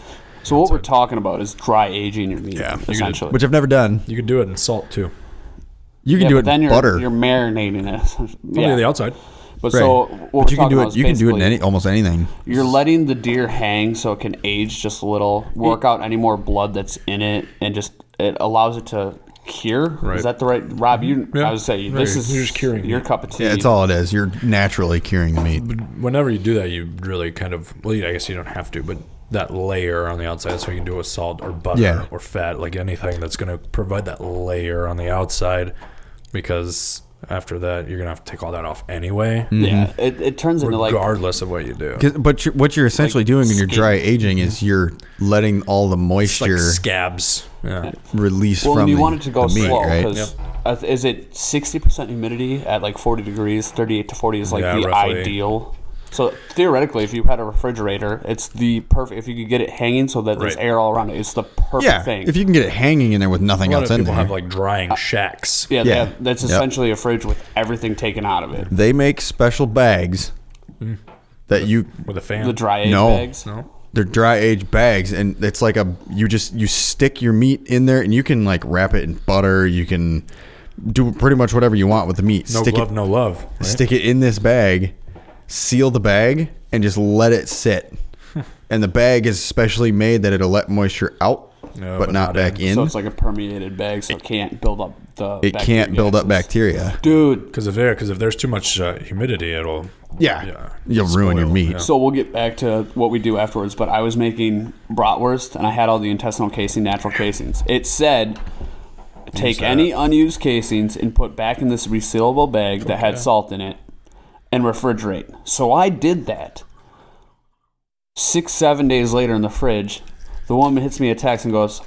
So what we're talking about is dry aging your meat, yeah, essentially.
which I've never done.
You could do it in salt too.
You can
yeah,
do
but
it
then
in
you're,
butter. Oh,
You're marinating it.
Yeah,
yeah,
the outside.
but
right.
so what we're
but you can
talking
do
about
it.
is
You can do it in
basically-
any almost anything.
You're letting the deer hang so it can age just a little, work out any more blood that's in it, and just it allows it to cure.
Right.
Is that the right, Rob? You,
Yeah.
I would say
Right.
this is
You're just curing
your
it.
cup of tea.
Yeah, it's all it is. You're naturally curing the meat.
Whenever you do that, you really kind of well, I guess you don't have to, but that layer on the outside, so you can do it with salt or butter
Yeah.
or fat, like anything that's going to provide that layer on the outside, because after that you're going to have to take all that off anyway,
Mm.
Yeah, it, it turns into like
regardless of what you do.
'Cause- But you're, what you're essentially doing when you're
skin.
dry aging is you're letting all the
It's like
moisture
scabs. Yeah.
release
well,
from
and you
the,
want it to go
the meat,
slow
right?
because is it sixty percent humidity at like forty degrees? Thirty-eight to forty is like
Yeah,
the
roughly.
ideal. So theoretically, if you had a refrigerator, it's the perfect. If you could get it hanging so that there's
Right.
air all around it, it's the perfect
Yeah,
thing.
if you can get it hanging in there with nothing
A lot
else
of
in
people
there.
have like drying shacks.
Uh, yeah, they
yeah.
have- that's
Yep.
essentially a fridge with everything taken out of it.
they make special bags that you
With a fan.
The dry egg
No.
bags.
No.
they're dry aged bags and it's like a you just you stick your meat in there and you can like wrap it in butter you can do pretty much whatever you want with the meat
No
stick
glove,
it
no love. right?
stick it in this bag seal the bag and just let it sit and the bag is specially made that it'll let moisture out
No,
but,
but
not
not
back in,
So it's like a permeated bag, so it can't build up the.
it can't build up
bacteria.
bacteria
Dude,
Because if there, because if there's too much uh, humidity, it'll
yeah,
Yeah.
you'll ruin your
Spoil,
meat
yeah.
so we'll get back to what we do afterwards, but I was making bratwurst and I had all the intestinal casing, natural casings. It said take any unused casings and put back in this resealable bag that had salt in it and refrigerate. So I did that. Six, seven days later in the fridge, the woman hits me a text and goes,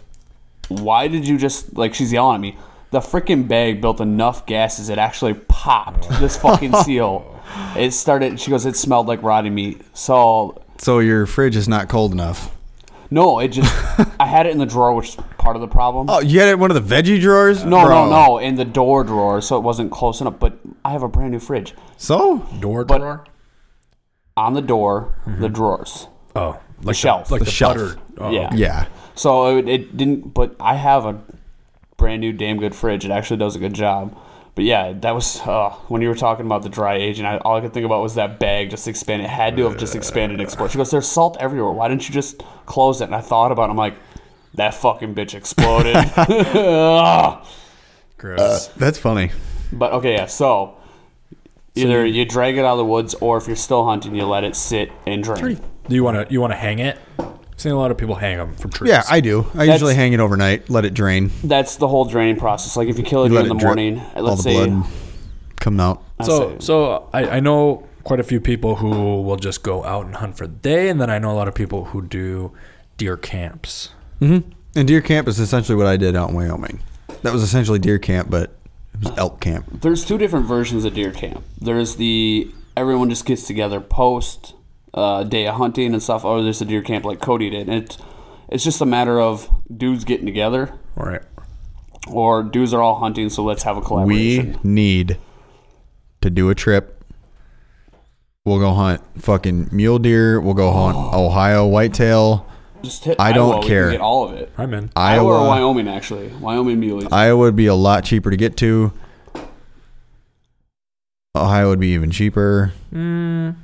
Why did you just, like, she's yelling at me. The freaking bag built enough gases, it actually popped this fucking seal. It started, she goes, It smelled like rotting meat. So
so your fridge is not cold enough
no, it just. I had it in the drawer, which is part of the problem.
oh you had it in one of the veggie drawers
no,
Bro.
no, no, in the door drawer, so it wasn't close enough. But I have a brand new fridge
so
door
But-
drawer.
on the door,
Mm-hmm.
the drawers.
Oh, like the
shelf.
like
The
the,
shelf.
butter. Oh,
yeah.
yeah
So it, it didn't, but I have a brand new, damn good fridge. It actually does a good job. But yeah, that was uh, when you were talking about the dry aging. I, all I could think about was that bag just expanded. It had to have just expanded and exploded. She goes, "There's salt everywhere. Why didn't you just close it?" And I thought about. it. I'm like, that fucking bitch exploded. Ugh.
Gross.
Uh,
that's funny
But okay, yeah. So either you, drag it out of the woods, or if you're still hunting, you let it sit and drain.
Do you want to you want to hang it? I've seen a lot of people hang them from trees.
Yeah, I do. I usually
That's-
hang it overnight, let it drain,
That's the whole draining process. Like if you kill a deer
let
in the
it drip,
morning, uh,
all the
let's say
blood come out.
so so I, I know quite a few people who will just go out and hunt for the day, and then I know a lot of people who do deer camps.
And deer camp is essentially what I did out in Wyoming. That was essentially deer camp, but it was elk camp.
there's two different versions of deer camp. There's the everyone just gets together post uh, day of hunting and stuff, or there's the deer camp like Cody did. And it's it's just a matter of dudes getting together,
All right.
or dudes are all hunting, so let's have a collaboration.
We need to do a trip. We'll go hunt fucking mule deer. We'll go hunt Ohio whitetail,
just hit
I don't
Iowa, we can
care.
get all of it.
I'm in.
Iowa, or
Iowa.
Wyoming, actually, Wyoming muleys.
Iowa would be a lot cheaper to get to. Ohio would be even cheaper to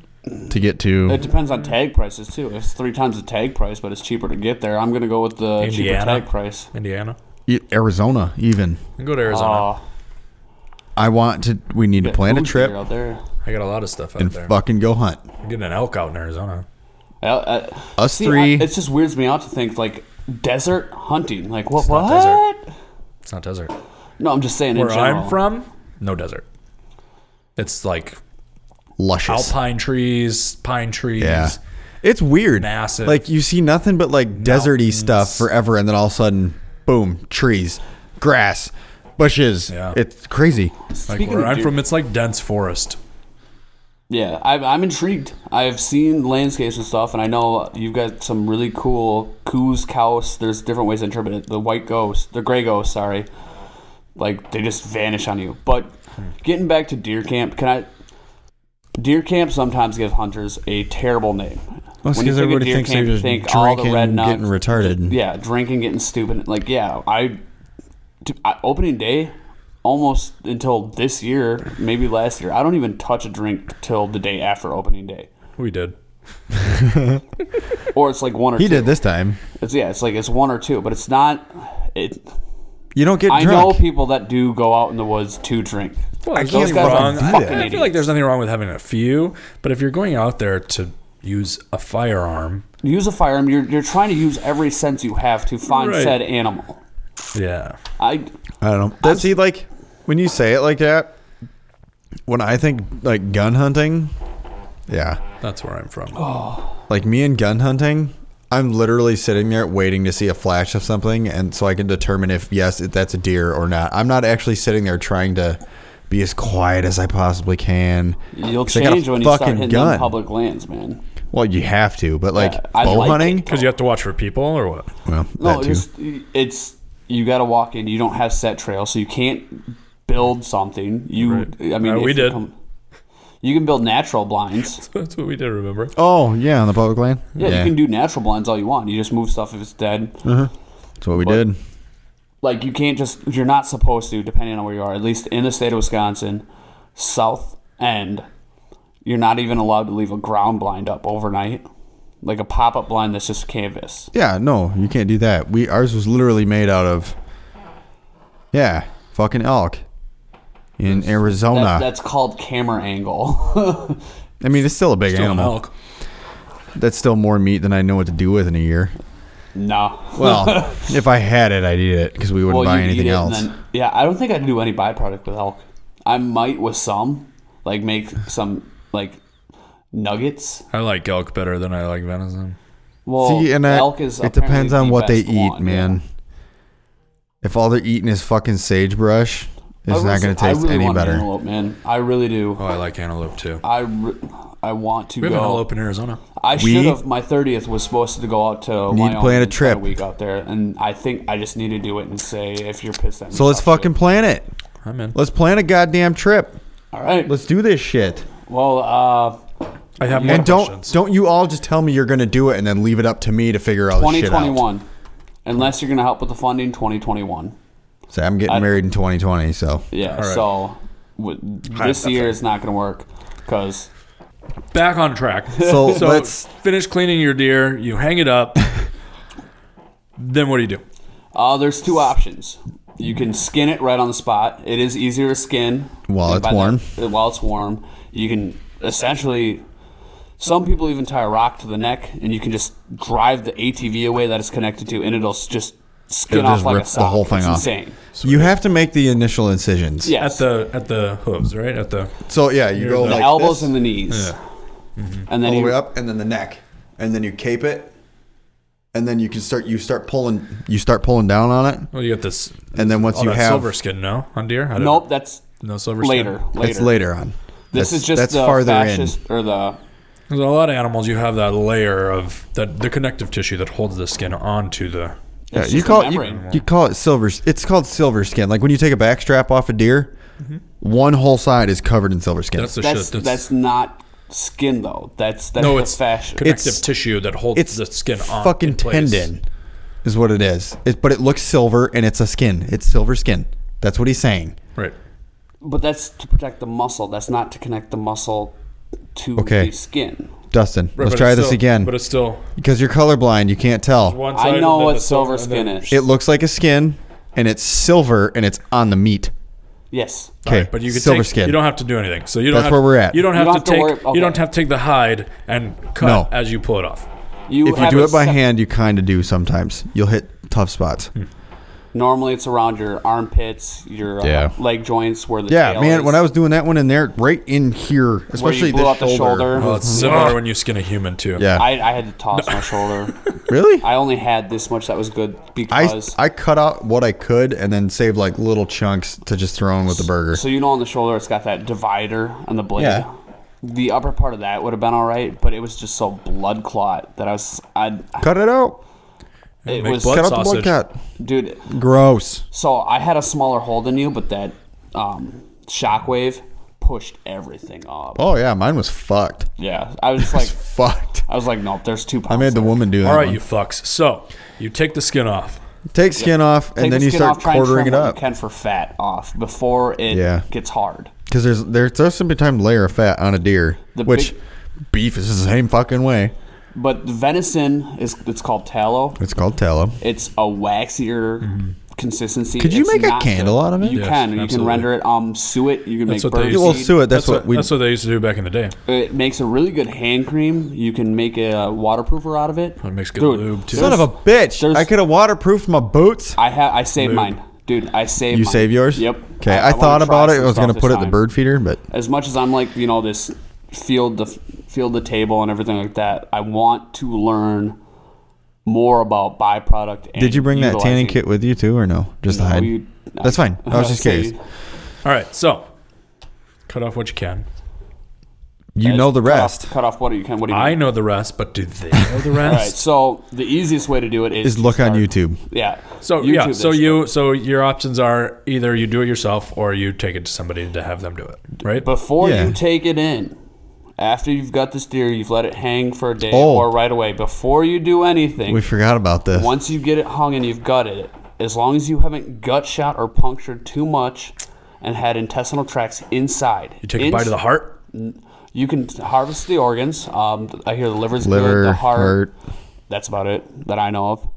get to.
It depends on tag prices too. It's three times the tag price, but it's cheaper to get there. I'm gonna go with the cheaper
Indiana.
tag price.
Indiana.
E- Arizona, even.
I can go to Arizona.
Uh,
I want to. We need to
get
plan a
food
trip
here out there.
I got a lot of stuff out
and
there.
fucking go hunt.
I'm getting an elk out in Arizona.
I, I,
Us
uh, see,
three.
I, it just weirds me out to think like desert hunting. Like what?
not
what?
It's not desert.
No, I'm just saying.
Where
in general.
I'm from, no desert. It's like
Luscious.
alpine trees, pine trees.
Yeah. It's weird.
Massive.
Like you see nothing but like deserty stuff forever, and then all of a sudden, boom, trees, grass, bushes.
Yeah.
It's crazy.
Like
Speaking
where
of
I'm
deer-
from, it's like dense forest.
Yeah, I, I'm intrigued. I've seen landscapes and stuff, and I know you've got some really cool coos, cows. There's different ways to interpret it. The white ghost, the gray ghost, sorry. Like, they just vanish on you. But getting back to deer camp, can I. Deer camp sometimes gives hunters a terrible name. When you think of deer camp, think all the rednecks-
getting retarded.
yeah, drinking, getting stupid. Like, yeah, I, t- I- opening day, almost until this year, maybe last year, I don't even touch a drink till the day after opening day,
We did.
or it's like one or
He
two.
did this time.
It's, yeah, it's like it's one or two, but it's not. It.
You don't get
I know
drunk.
people that do go out in the woods to drink.
Well, I
can't guys are
wrong. I, I
fucking
feel like
idiots.
there's nothing wrong with having a few, but if you're going out there to use a firearm,
Use a firearm. You're you're trying to use every sense you have to find
Right.
said animal.
yeah,
I
I don't know. That's he like when you say it like that. When I think like gun hunting, yeah,
that's where I'm from.
Oh.
like me and gun hunting, I'm literally sitting there waiting to see a flash of something, and so I can determine if yes, if that's a deer or not. I'm not actually sitting there trying to be as quiet as I possibly can.
you'll
'Cause I got a
change when you start
fucking
hitting
gun.
them public lands, man.
Well, you have to, but like
Yeah, I
bow
like
hunting,
it.
Because you have to watch for people or what?
well,
No,
that too.
it's, it's you got to walk in. You don't have set trail, so you can't build something. You, I mean,
Uh,
if
we
you
did.
you can build natural blinds.
That's what we did. Remember?
oh yeah, on the public land.
Yeah, you can do natural blinds all you want. You just move stuff if it's dead.
Uh-huh. That's what we
but-
did.
Like you can't just. You're not supposed to, depending on where you are. At least in the state of Wisconsin, South End, you're not even allowed to leave a ground blind up overnight, like a pop up blind that's just canvas.
Yeah, no, you can't do that. We ours was literally made out of yeah, fucking elk in
That,
Arizona.
That's called camera angle.
I mean, it's still a big animal.
Elk.
That's still more meat than I know what to do with in a year.
nah.
Well, if I had it, I'd eat it because we wouldn't buy
you'd
anything
eat it and
else.
then- yeah, I don't think I'd do any byproduct with elk. I might with some, like make some like nuggets.
I like elk better than I like venison.
Well,
See, and I,
elk is
it depends
apparently
on
the
what they
best
eat,
one,
man.
yeah.
If all they're eating is fucking sagebrush,
I
it's
really-
not going to
I
taste
really
any
want
better.
Antelope, man, I really do.
Oh, I like antelope too.
I, re- I want to
We have an
go.
antelope in Arizona.
I
We
should have. My thirtieth was supposed to go out to.
Need to plan
Wyoming
a
and spend
trip.
week out there, and I think I just need to do it and say if you're pissed at me.
So let's
fuck you.
fucking plan it.
I'm in.
Let's plan a goddamn trip.
All right.
Let's do this shit.
well, uh,
I have more
And don't
questions.
don't you all just tell me you're going to do it and then leave it up to me to figure all this shit out.
2021. Unless you're gonna help with the funding, 2021.
So I'm getting married in 2020, so
Yeah.
right.
So w- this year is not going to work because
back on track.
so,
So
let's
finish cleaning your deer. You hang it up. then what do you do?
uh, there's two options. You can skin it right on the spot. It is easier to skin
While
And
it's
by that-
warm.
uh, while it's warm, you can essentially. Some people even tie a rock to the neck, and you can just drive the ATV away that it's connected to, and it'll s- just skin
It'll
off
just
like
rip
a
the
sock.
whole thing
It's
off.
Insane.
you have to make the initial incisions.
Yes.
At the at the hooves, right? At the
So yeah, you go
the
like
elbows
this,
and the knees, and then
all the
you
way up, and then the neck, and then you cape it, and then you can start. You start pulling. You start pulling down on it,
well, you got this.
and then once
All
you
that
have,
Oh, silver skin, no, on deer. I don't-
nope, that's
no silver skin.
later. Later,
it's later on.
This
That's-
is just
that's
the
farther
fascist or the
There's a lot of animals. You have that layer of that the connective tissue that holds the skin onto the.
in. Yeah,
it's
you
just a
call it, you,
membrane.
you call it silver. s- It's called silver skin. Like when you take a back strap off a deer, one whole side is covered in silver skin.
That's the
That's
shit.
that's, not skin though. That's that's
no,
the
it's
fashion.
connective
It's-
tissue that holds
it's
the skin on.
fucking
in place.
tendon, is what it is. It, but it looks silver, and it's a skin. It's silver skin. That's what he's saying.
Right.
but that's to protect the muscle. That's not to connect the muscle to
Okay.
the skin.
Dustin,
Right,
let's
but
try
it's
this
still-
again.
But it's still
Because you're colorblind, you can't tell.
one
I
side
know
and then
what
the
silver
and then-
skin is.
It looks like a skin, and it's silver, and it's on the meat.
Yes.
Okay,
Right, but you can
silver
take,
skin.
You don't have to do anything. So you don't.
That's
have,
where we're at.
You don't
You
have,
don't
to,
have to
take.
worry-
You don't
okay.
have to take the hide and cut
No.
as you pull it off.
You
if you
have
do
a
it by
sep-
Hmm.
hand, you kind of do sometimes. You'll hit tough spots.
Normally, it's around your armpits, your uh,
Yeah.
leg joints, where the
Yeah,
tail
man.
is.
When I was doing that one in there, right in here,
Where you
especially
blew
this
out the shoulder,
Well, Oh, it's similar when you skin a human too.
Yeah,
I, I had to toss my shoulder.
really.
I only had this much that was good
I,
because.
I cut out what I could and then saved like little chunks to just throw in with the burger.
so you know, on the shoulder, it's got that divider on the blade.
Yeah.
The upper part of that would have been all right, but it was just so blood clot that I was. I
cut it out.
it
make
was
blood
Cut out the
sausage.
blood cut.
dude.
Gross.
So I had a smaller hole than you, but that um, shockwave pushed everything up.
Oh yeah, mine was fucked.
Yeah, I was just like,
Fucked.
I was like, nope. There's two pounds.
I made the
there.
woman do that.
All right,
one.
you fucks. So you take the skin off.
take skin off and
Take
then
the
you
skin
start
off, try and
quartering it
trim what
up
You can for fat off before it
Yeah.
gets hard.
because there's there's a sometimes layer of fat on a deer,
The
which
big-
beef is the same fucking way.
But venison is it's called tallow.
It's called tallow.
It's a waxier consistency.
Could you
It's
make a
not
candle
good.
out of it?
You
Mm-hmm. Yes,
can. You can
absolutely.
render it um suet. You can
That's
make
what they
birdseed.
used to-
Well, suet. That's, what, we.
that's what they used to do back in the day.
It makes a really good hand cream. You can make a waterproofer out of it.
It makes good
Dude,
lube too.
son of a bitch!
there's-
I could have waterproofed my boots.
I have. I saved mine, dude. I saved.
you
mine.
save yours.
Yep.
Okay. I, thought
wanna try
about it.
some
I was
stuff
gonna
this
put it in the
time.
bird feeder, but
As much as I'm like you know this field the field the table and everything like that, I want to learn more about byproduct. And
Did you bring that tanning
utilizing-
kit with you too, or no? Just the
No,
hide.
you- no.
That's fine. I was just
So you-
curious.
All right, so cut off what you can.
You know the
cut off-
rest.
Cut off, what you can. What do you?
I
mean?
know the rest, but do they know the
All right.
rest?
So the easiest way to do it is
Is
to
look on
start-
YouTube.
Yeah.
So yeah,
YouTube
so
this.
you so your options are either you do it yourself or you take it to somebody to have them do it, right?
before
Yeah.
you take it in, after you've got this deer, you've let it hang for a day
Oh.
or right away. Before you do anything,
We forgot about this.
once you get it hung and you've gutted it, as long as you haven't gut shot or punctured too much and had intestinal tracts inside,
you take a bite of the heart.
You can harvest the organs. Um, I hear the liver's
Liver,
good, the
heart,
heart. That's about it that I know of.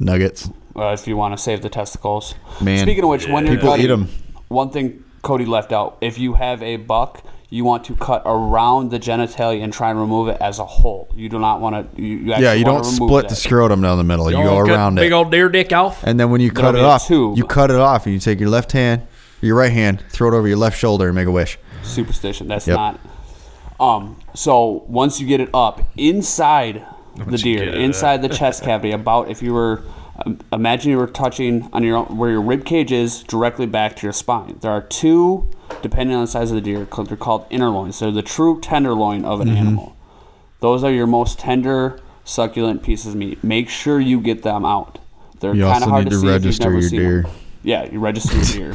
nuggets.
uh, if you want to save the testicles.
Man.
Speaking of which, when you're
People
cutting,
eat 'em.
one thing Cody left out: if you have a buck, you want to cut around the genitalia and try and remove it as a whole. You do not want to. You, you
Yeah,
actually
you
wanna
don't
remove
split
that.
the scrotum down the middle. You, go
Don't cut
around
big
it,
old deer dick off.
and then when you cut
be
it
a
off,
tube.
you cut it off, and you take your left hand, your right hand, throw it over your left shoulder, and make a wish.
superstition. That's
Yep.
not. Um. So once you get it up inside the deer,
get it
inside the chest cavity, about if you were, um, imagine you were touching on your own, where your rib cage is directly back to your spine. There are two, depending on the size of the deer, called- they're called innerloins. They're the true tenderloin of an
Mm-hmm.
animal. Those are your most tender, succulent pieces of meat. Make sure you get them out. They're
You
kind
also
of hard
need
to,
to
see if you've
register
never
your
seen
deer.
Them. Yeah, you register your deer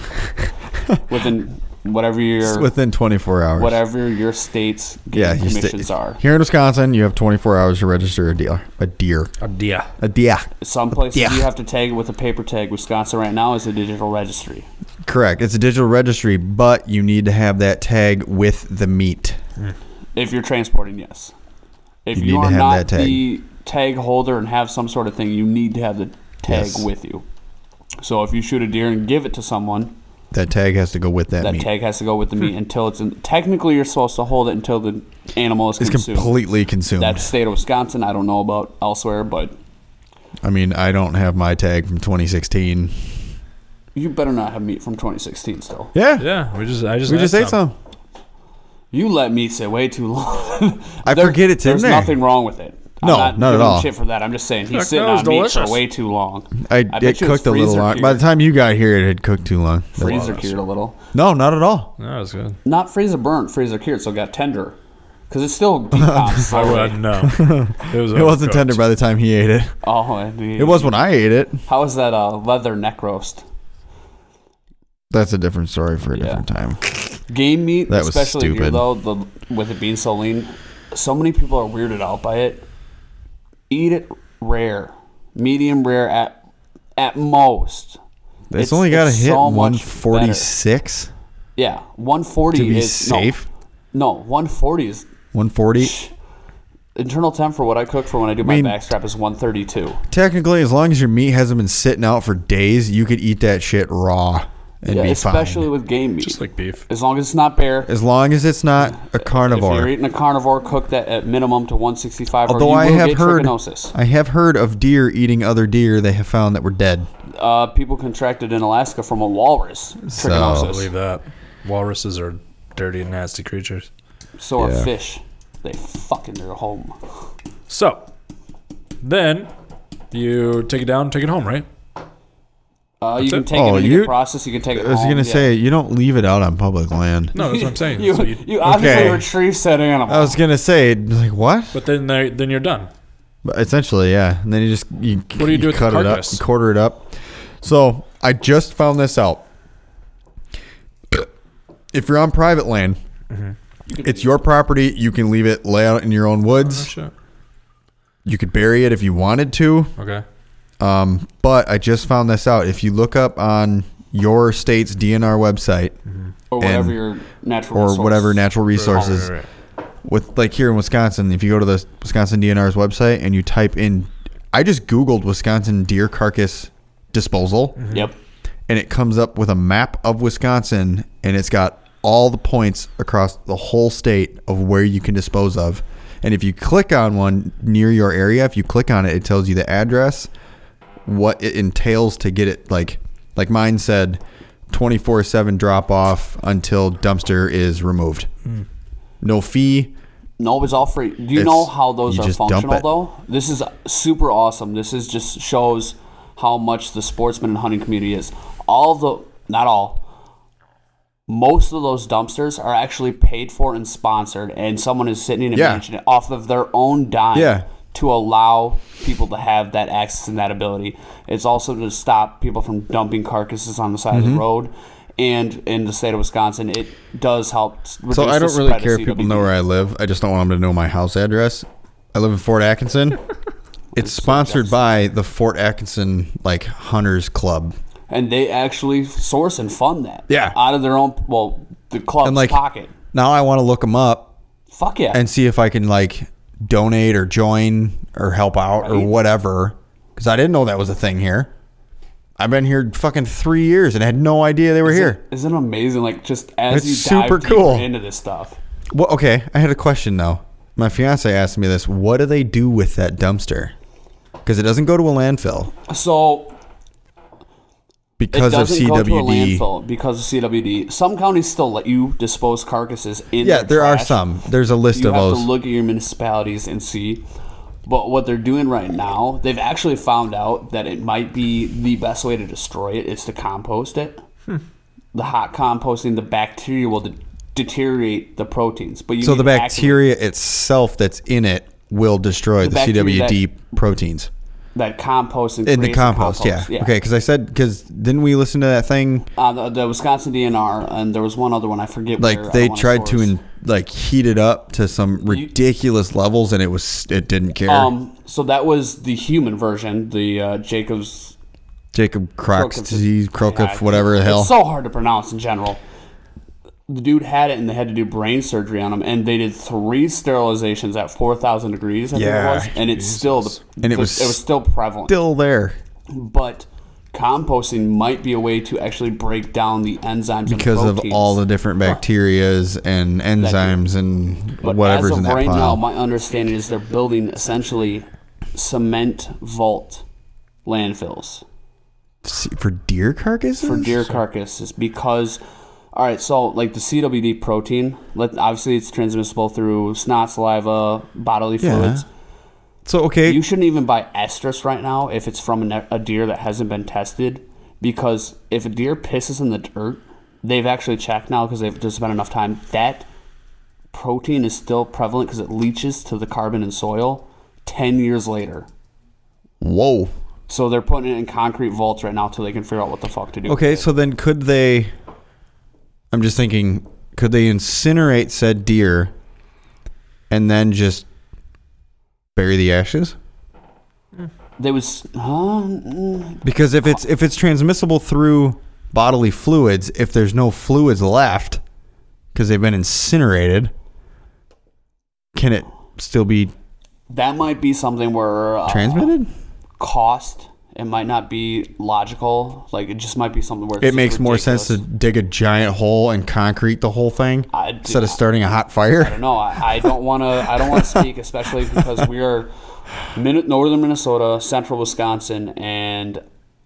within whatever your
Within 24 hours.
whatever your state's
Yeah,
gaming
you stay-
commissions are.
Here in Wisconsin, you have 24 hours to register a deer. A deer.
Oh, dear.
A deer.
Some places
Yeah.
you have to tag it with a paper tag. Wisconsin right now is a digital registry.
Correct. It's a digital registry, but you need to have that tag with the meat.
If you're transporting, yes. If
You
you,
need to
are
have
not
that tag.
the tag holder and have some sort of thing, you need to have the tag
Yes.
with you. So if you shoot a deer and give it to someone,
That tag has to go with that,
that
meat.
tag has to go with the meat until it's in. Technically, you're supposed to hold it until the animal is
it's
consumed.
completely consumed.
That's state of Wisconsin. I don't know about elsewhere, but
I mean, I don't have my tag from 2016.
you better not have meat from 2016 still.
Yeah.
Yeah, we just I just
We just
had
ate some.
You let me sit way too long.
I forget it's in
there's
there.
nothing wrong with it. I'm
No,
not,
not at
giving him
all.
Shit for that. I'm just saying he's
Heck,
sitting
that was
on meat
delicious.
for way too long.
I, it
bet you it's
cooked a little
freezer
long. By the
cured.
time you got here, it had cooked too long.
freezer cured a little.
No, not at all.
That was good.
Not freezer burnt, freezer cured, so it got tender. Because it's still decomps.
I
slowly.
would no. It was
It wasn't tender by the time he ate it.
Oh, indeed.
It was when I ate it.
How is that a leather neck roast?
That's a different story for a different time.
Game meat,
That was
especially deer,
stupid.
though, the, with it being so lean, so many people are weirded out by it. Eat it rare, medium rare at at most.
It's, only got to hit
so much
146
better. Yeah, 140
to be
is
safe.
No, no, 140 is
140.
internal temp for what I cook for when I do
mean-
my back strap is 132.
Technically, as long as your meat hasn't been sitting out for days, you could eat that shit raw. and
Yeah,
be
especially
fine.
with game meat.
Just like beef.
as long as it's not bare.
As long as it's not a
If you're
carnivore.
eating a carnivore, cook that at minimum to 165.
Although
or
I
you will
have
get
heard,
trichinosis.
I have heard of deer eating other deer they have found that were dead.
Uh, people contracted in Alaska from a walrus
I
trichinosis.
believe that. Walruses are dirty and nasty creatures.
So, are fish. They fuck in their home.
So, then you take it down, take it home, right?
Uh, you
That's
can
it.
take
Oh,
it and
you-
you, process. You can take it.
I was
home,
gonna
Oh, yeah.
say you don't leave it out on public land.
No, that's what I'm saying.
You,
So
you,
you-
obviously
Okay.
retrieve said animal.
I was gonna say like what?
but then they, then you're done.
But essentially, yeah. And then you just you, what
do you do with the
cut it up,
carcass?
quarter it up. So I just found this out. If you're on private land,
Mm-hmm.
it's your property. You can leave it lay out in your own woods.
Oh, Shit.
You could bury it if you wanted to.
Okay.
Um, but I just found this out. If you look up on your state's DNR website
Mm-hmm.
or whatever
and-
your natural
or
resource.
whatever natural resources,
All right,
with like here in Wisconsin, if you go to the Wisconsin DNR's website and you type in, I just Googled Wisconsin deer carcass disposal,
Yep.
and it comes up with a map of Wisconsin, and it's got all the points across the whole state of where you can dispose of. And if you click on one near your area, if you click on it, it tells you the address, what it entails to get it. Like, like mine said, twenty four seven drop off until dumpster is removed. No fee.
No, it's all free. Do you
It's-
know how those
you
are
just dump
functional
it.
though? This is super awesome. This is just shows how much the sportsman and hunting community is. All the not all. Most of those dumpsters are actually paid for and sponsored, and someone is sitting in a
Yeah.
mansion off of their own dime
Yeah.
to allow people to have that access and that ability. It's also to stop people from dumping carcasses on the side
Mm-hmm.
of the road. And in the state of Wisconsin, it does help. s-
So
reduce
I
the
don't really
spread of
care if people
CWD.
know where I live. I just don't want them to know my house address. I live in Fort Atkinson. It's sponsored by the Fort Atkinson like Hunters Club.
and they actually source and fund that.
Yeah.
out of their own well, the club's
And like
pocket.
now I want to look them up
Fuck yeah,
and see if I can like donate or join or help out or whatever cuz I didn't know that was a thing here. I've been here fucking 3 years and I had no idea they were here.
isn't it amazing? Like just as
It's
you
super
dive deeper
cool.
into this stuff,
Well, okay, I had a question though. My fiance asked me this, what do they do with that dumpster? Cuz it doesn't go to a landfill
so it
because of CWD.
doesn't go to a landfill because of CWD. Some counties still let you dispose carcasses in.
Yeah,
their
there are
trash.
some. There's a list
You
of
have
those.
to look at your municipalities and see. But what they're doing right now, they've actually found out that it might be the best way to destroy it is to compost it.
Hmm.
The hot composting, the bacteria will de- deteriorate the proteins. But you
so
need
the
to activate
bacteria itself that's in it will destroy the,
bacteria
CWD proteins
that compost and
in the
creates a
compost. Yeah. Okay, 'cause Okay, because I said because didn't we listen to that thing
Uh, the, the Wisconsin DNR and there was one other one I forget.
like
where, I
they
don't wanna
tried to
source.
in, like heat it up to some ridiculous levels and it was it didn't care.
um. So that was the human version, the uh, Jacobs
Jacob Crock's
Crocus.
disease, Crocus,
I-
whatever the hell.
It's so hard to pronounce in general. The dude had it, and they had to do brain surgery on him, and they did three sterilizations at four thousand degrees. I
Yeah,
think it was, and it's still the,
And it was
it was still prevalent.
Still there
but composting might be a way to actually break down the enzymes
because
and
of
proteins.
all the different bacterias and enzymes and
But
whatever's
as of
in that
right
pile.
now, my understanding is they're building essentially cement vault landfills.
See, for deer carcasses?
for deer carcasses because all right so like the cwd protein let, obviously it's transmissible through snot saliva bodily
Yeah.
fluids
So okay,
you shouldn't even buy estrus right now if it's from a, ne- a deer that hasn't been tested because if a deer pisses in the dirt they've actually checked now because they've just spent enough time that protein is still prevalent because it leaches to the carbon in soil 10 years later
whoa.
so they're putting it in concrete vaults right now till they can figure out what the fuck to do with
Okay,
it.
so then could they? I'm just thinking, could they incinerate said deer, and then just bury the ashes?
they was huh Mm.
Because if it's if it's transmissible through bodily fluids, if there's no fluids left, because they've been incinerated, can it still be
that might be something where uh,
transmitted?
cost it might not be logical. Like it just might be something where it's
It
just
makes more sense to
ridiculous.
dig a giant hole and concrete the whole thing
I-
instead of starting a hot fire.
No, I, I don't want to. I don't want to speak, especially because we are Min- northern Minnesota, central Wisconsin, and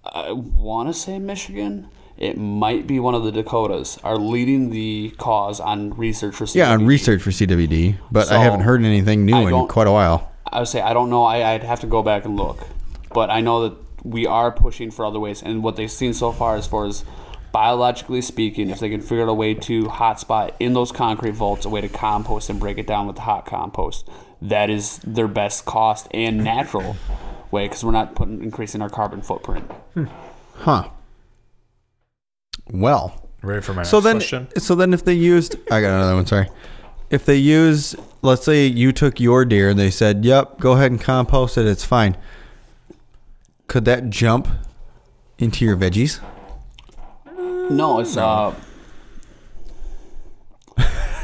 I want to say Michigan. It might be one of the Dakotas are leading the cause on research for
Yeah, on
CWD.
research for CWD, but I
So,
haven't heard anything
I
new in
don't-
quite a while.
I would say I don't know. I, I'd have to go back and look, but I know that we are pushing for other ways. And what they've seen so far, as far as biologically speaking, if they can figure out a way to hotspot in those concrete vaults, a way to compost and break it down with the hot compost, that is their best cost and natural way because we're not putting increasing our carbon footprint.
Huh. Well,
Ready for my
so
next
then,
question?
so then, if they used, I got another one. Sorry. If they used, let's say you took your deer and they said, "Yep, go ahead and compost it. It's fine." Could that jump into your veggies?
No,
Hmm.
it's uh.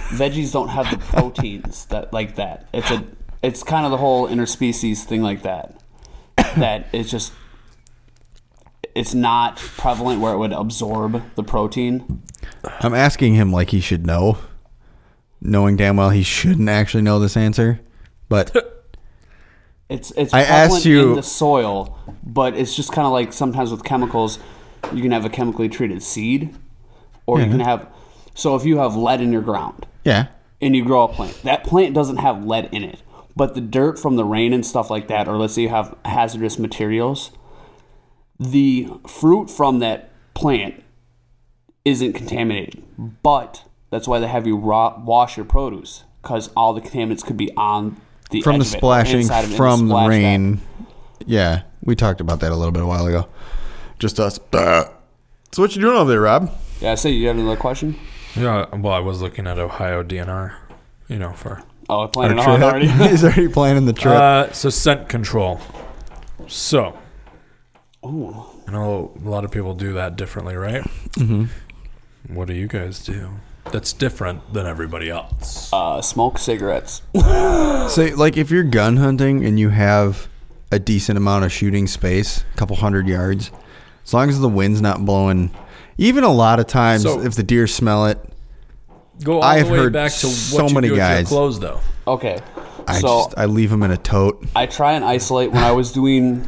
veggies don't have the proteins that like that. It's a it's kind of the whole interspecies thing like that. That it's just it's not prevalent where it would absorb the protein.
I'm asking him like he should know, knowing damn well he shouldn't actually know this answer. But
It's it's
I
prevalent
asked you-
in the soil, but it's just kind of like sometimes with chemicals, you can have a chemically treated seed, or
Mm-hmm.
you can have. So if you have lead in your ground,
yeah,
and you grow a plant. That plant doesn't have lead in it, but the dirt from the rain and stuff like that, or let's say you have hazardous materials, the fruit from that plant isn't contaminated. But that's why they have you raw, wash your produce because all the contaminants could be on the
from the
edge of it,
splashing
inside of it, and
from the
splash that.
rain. Yeah, we talked about that a little bit a while ago. Just us. So what you doing over there, Rob?
Yeah, I say you have another question.
yeah, well, I was looking at Ohio DNR, you know, for
Oh, I planted
Our
on already.
He's already planning the trip.
Uh, so scent control. So, I know a lot of people do that differently, right? Mm-hmm.
Mm-hmm.
What do you guys do? That's different than everybody else.
uh, smoke cigarettes.
so, like, if you're gun hunting and you have a decent amount of shooting space, a couple hundred yards, as long as the wind's not blowing, even a lot of times,
So-
if the deer smell it,
Go all
I've
the way
heard
back to what
so
you
many
do with your
guys-
clothes, though.
Okay,
I
so
just I leave them in a tote.
I try and isolate when I was doing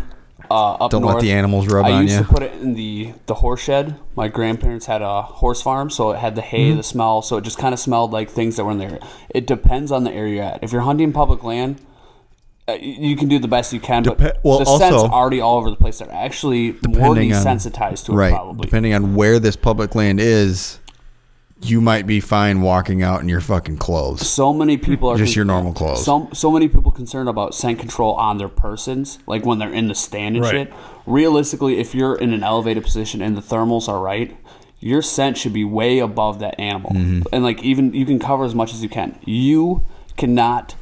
uh, up
Don't
north.
let the animals rub
I
on
used
you.
to put it in the the horse shed. My grandparents had a horse farm, so it had the
Mm-hmm.
hay, the smell, so it just kind of smelled like things that were in there. It depends on the area you're at. If you're hunting public land, uh, y- you can do the best you can,
Depe-
but
well,
the scent's
also-
already all over the place. They're actually more
Depending on-
desensitized to it,
right.
probably.
Depending on where this public land is, you might be fine walking out in your fucking clothes.
so many people are
Just your normal clothes.
So so many people concerned about scent control on their persons, like when they're in the stand and
Right.
shit. Realistically, if you're in an elevated position and the thermals are right, your scent should be way above that animal,
Mm-hmm.
and like even you can cover as much as you can. You cannot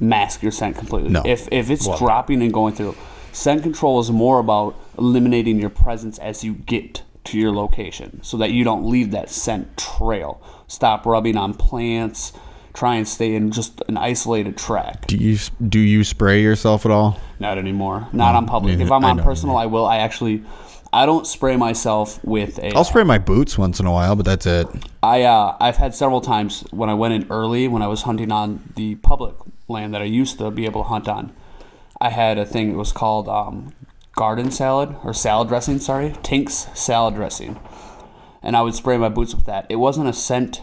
mask your scent completely.
No.
If if it's dropping and going through, scent control is more about eliminating your presence as you get to your location so that you don't leave that scent trail. Stop rubbing on plants. Try and stay in just an isolated track.
Do you do you spray yourself at all?
Not anymore. Not on public.
neither-
If I'm
I
on
don't
personal, I will. I actually, I don't spray myself with a.
I'll spray my boots once in a while, but that's it.
I uh, I've had several times when I went in early when I was hunting on the public land that I used to be able to hunt on. I had a thing that was called um, garden salad or salad dressing. Sorry, Tink's salad dressing, and I would spray my boots with that. It wasn't a scent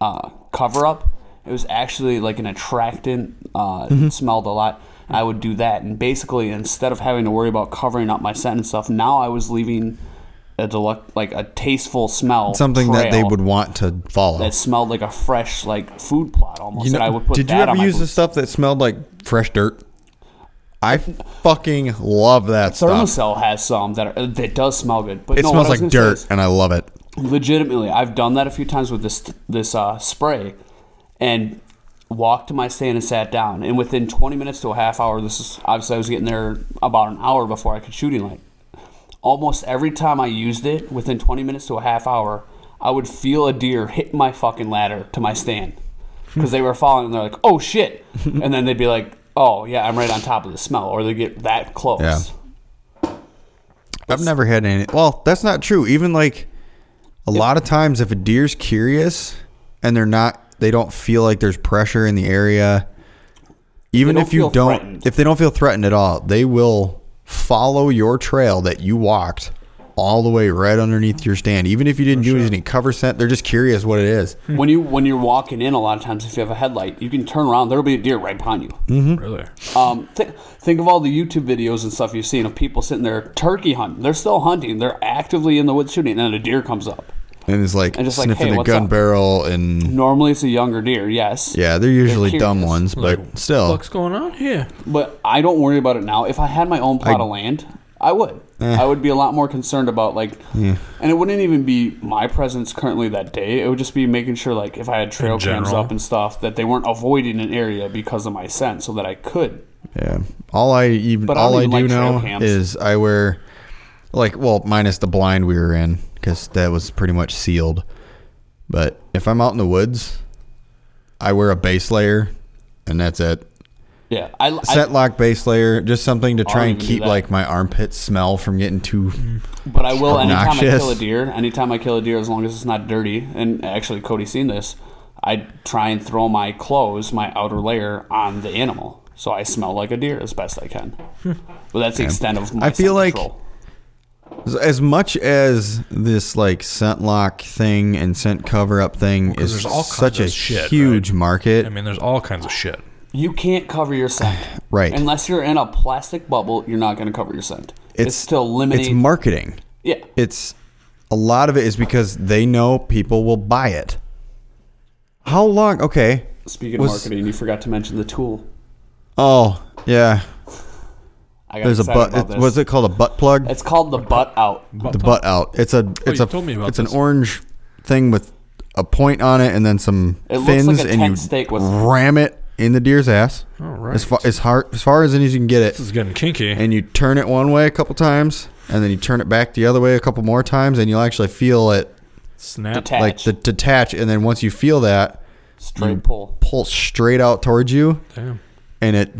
uh, cover up. It was actually like an attractant. Uh,
Mm-hmm.
It smelled a lot. And I would do that, and basically instead of having to worry about covering up my scent and stuff, now I was leaving a deluct like a tasteful smell.
Something that they
trail
would want to follow.
that smelled like a fresh like food plot almost. and I would put
did
that
you ever
on my
use the
boots.
stuff that smelled like fresh dirt? I fucking love that stuff.
Thermocell has some that are, that does smell good, but
It
no, what
smells
I
like
was gonna say
dirt,
is,
and I love it.
legitimately, I've done that a few times with this this uh, spray, and walked to my stand and sat down. And within 20 minutes to a half hour, this is obviously I was getting there about an hour before I could shooting light. Almost every time I used it, within 20 minutes to a half hour, I would feel a deer hit my fucking ladder to my stand because they were falling and they're like, "Oh shit," and then they'd be like, "Oh yeah, I'm right on top of the smell," or they get that close.
Yeah. I've never had any. Well, that's not true. Even like a lot of times, if a deer's curious and they're not, they don't feel like there's pressure in the area. Even
don't
if you
feel
don't,
threatened.
if they don't feel threatened at all, they will follow your trail that you walked all the way right underneath your stand. Even if you didn't use any cover scent, they're just curious what it is.
when you when you're walking in, a lot of times if you have a headlight, you can turn around. There'll be a deer right behind you.
Mm-hmm.
Really?
Um, th- think of all the YouTube videos and stuff you've seen of people sitting there turkey hunting. They're still hunting. They're actively in the woods shooting, and then a deer comes up.
And it's like
And just like,
sniffing
"Hey,
the
what's
gun
up?"
barrel and
Normally, it's a younger deer, yes.
yeah, they're usually dumb ones,
curious.
but still.
What's going on here?
But I don't worry about it now. If I had my own plot
I-
of land, I would. I would be a lot more concerned about like, and it wouldn't even be my presence currently that day. It would just be making sure like if I had trail cams
general.
up and stuff that they weren't avoiding an area because of my scent, so that I could.
Yeah. All I even
But I
all
don't
I,
even
do
like trail
now
cams.
is I wear like well minus the blind we were in because that was pretty much sealed. But if I'm out in the woods, I wear a base layer, and that's it.
Yeah, I, I-
Set lock base layer, just something to try and
don't even do
keep
that. Mm-hmm.
like my armpit smell from getting too.
But I will anytime I
Obnoxious.
kill a deer. Anytime I kill a deer, as long as it's not dirty. And actually, Cody's seen this. I try and throw my clothes, my outer layer, on the animal, so I smell like a deer as best I can. But that's the extent of my.
I feel
scent
like-
control.
As much as this like scent lock thing and scent cover up thing is
there's all kinds
such
of
a
shit, right?
huge market,
I mean, there's all kinds of shit.
you can't cover your scent
right?
unless you're in a plastic bubble. You're not going to cover your scent. It's, still limiting.
It's marketing.
yeah,
it's a lot of it is because they know people will buy it. How long? Okay.
Speaking of
Was-
marketing, you forgot to mention the tool.
Oh yeah.
I got
There's a
excited
butt.
about
It,
this.
was it called a butt plug?
It's called the butt Oh, out.
the butt out. It's a. It's
you
a.
told me about
it's
this.
an orange thing with a point on it and then some
It looks like
fins,
a
and you
tent stake with-
ram it in the deer's ass. All
right.
As far as hard as far as it is you can get
This
it,
is getting kinky.
and you turn it one way a couple times, and then you turn it back the other way a couple more times, and you'll actually feel it
Snap.
Detach.
like the detach. And then once you feel that,
Straight pull.
pull straight out towards you,
Damn.
and it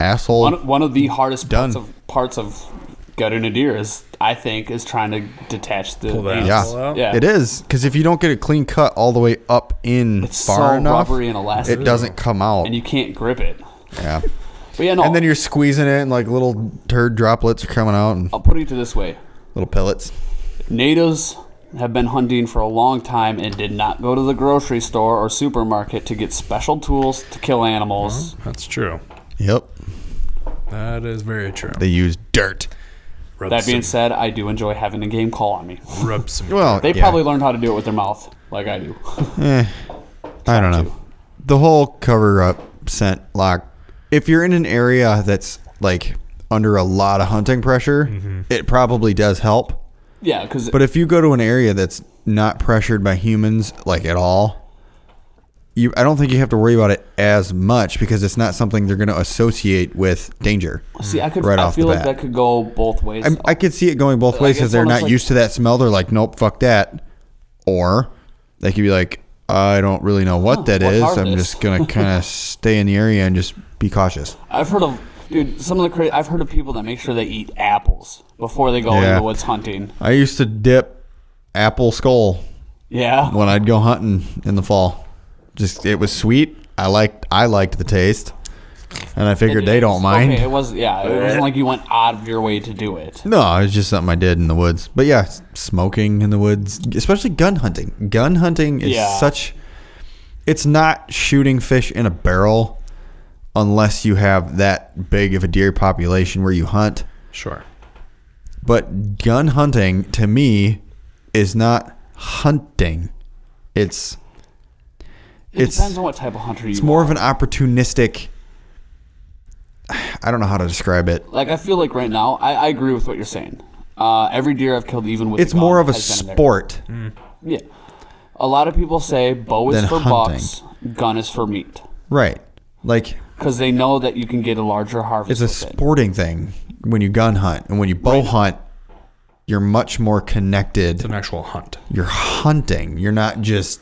asshole.
one, one of the hardest parts
Done.
of parts of gutting a deer is I think is trying to detach the
Pull that
anus.
yeah,
Pull out.
yeah
it is because if you don't get a clean cut all the way up in
It's
far
so
enough,
rubbery and elastic.
it doesn't come out.
and you can't grip it
yeah,
but yeah no
and then you're squeezing it, and like little turd droplets are coming out and
I'll put it to this way
little pellets.
natives have been hunting for a long time and did not go to the grocery store or supermarket to get special tools to kill animals
That's true.
Yep,
That is very true.
they use dirt.
Rub
that being
some-
said I do enjoy having a game call on me
rub some.
Well,
they
yeah,
probably learned how to do it with their mouth like I do
I don't know. The whole cover up scent lock. If you're in an area that's like under a lot of hunting pressure, it probably does help.
yeah because
But if you go to an area that's not pressured by humans like at all, you I don't think you have to worry about it as much because it's not something they're going to associate with danger.
see I could
right
I
off the
feel like
bat.
that could go both ways
I, I could see it going both ways
it's
because they're
almost
not
like-
used to that smell. They're like, nope, fuck that. Or they could be like, I don't really know what that
Oh, what
is.
are
I'm
this?"
just going to kind of stay in the area and just be cautious.
I've heard of dude. Some of the cra- I've heard of people that make sure they eat apples before they go into
Yeah.
the woods hunting.
I used to dip apple skull
Yeah,
when I'd go hunting in the fall. Just it was sweet. I liked I liked the taste, and I figured they don't mind.
Okay, it was yeah. It wasn't like you went out of your way to do it.
No, it was just something I did in the woods. But yeah, s- smoking in the woods, especially gun hunting. Gun hunting is
Yeah.
such. It's not shooting fish in a barrel, unless you have that big of a deer population where you hunt.
Sure.
But gun hunting to me is not hunting. It's
It
it's
depends on what type of hunter you.
it's more of an opportunistic. I don't know how to describe it.
like I feel like right now. I, I agree with what you're saying. Uh, every deer I've killed, even with
It's
the
more
gun,
of a
has been Mm. in there.
sport.
Yeah, a lot of people say bow is
Than
for
hunting.
bucks, gun is for meat,
Right. Like
because they know that you can get a larger
it's
harvest.
a
with it.
sporting thing when you gun hunt and when you bow hunt you're much more connected
An actual hunt.
you're hunting you're not just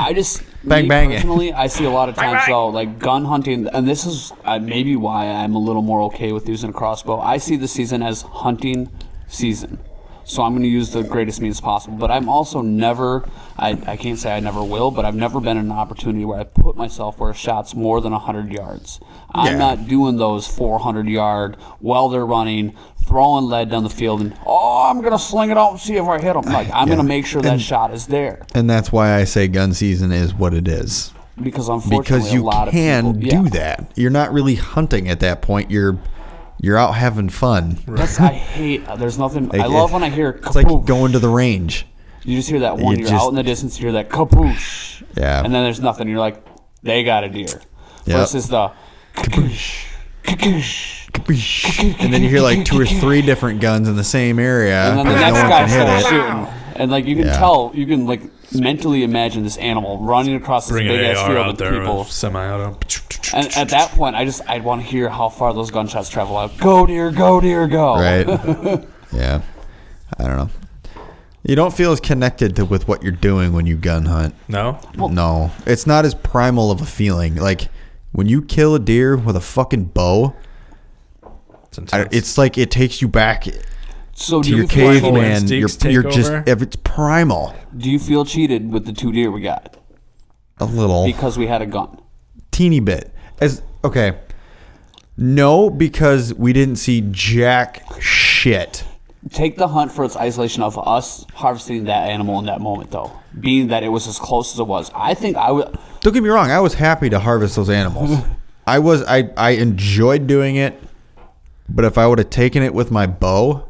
I just
Bang,
me
bang.
Personally, I see a lot of times though, like gun hunting, and this is uh, maybe why I'm a little more okay with using a crossbow. I see the season as hunting season, so I'm going to use the greatest means possible. But I'm also never, I, I can't say I never will, but I've never been in an opportunity where I put myself where a shot's more than 100 yards. I'm
Yeah.
not doing those 400 yard while they're running. Throwing lead down the field and oh, I'm gonna sling it out and see if I hit them. Like I'm gonna make sure that shot is there
And that's why I say gun season is what it is.
because unfortunately
Because
a
you
lot
can
of people, yeah.
do that. You're not really hunting at that point. You're you're out having fun.
That's I hate. uh, There's nothing. I
It-
love
it-
when I hear
It's like
kapoof.
going to the range.
you just hear that one.
you
You're
just-
out in the distance. You hear that kapoosh.
Yeah.
And then there's nothing. You're like, they got a deer. Versus the kapoosh, kapoosh.
and then you hear like two or three different guns in the same area,
And then the
but
next
no one
guy
can hit
starts
it.
shooting. And like you can
Yeah.
tell, you can like mentally imagine this animal running across this
Bring
big
an
ass
AR
field
out
of
there, uh,
people.
with semi-auto.
And at that point, I just I want to hear how far those gunshots travel out. Go deer, go deer, go.
Right? yeah. I don't know. You don't feel as connected to with what you're doing when you gun hunt.
no,
no, it's not as primal of a feeling. Like when you kill a deer with a fucking bow,
it's intense.
I- it's like it takes you back to
So do
your
you feel like-
caveman. You're,
instincts
you're
take
just
over?
if it's primal
do you feel cheated with the two deer we got?
a little
because we had a gun.
teeny bit. As okay, no, because we didn't see jack shit.
Take the hunt for its isolation of us harvesting that animal in that moment, though, being that it was as close as it was. I think I would.
Don't get me wrong. I was happy to harvest those animals. I was. I I enjoyed doing it. But if I would have taken it with my bow,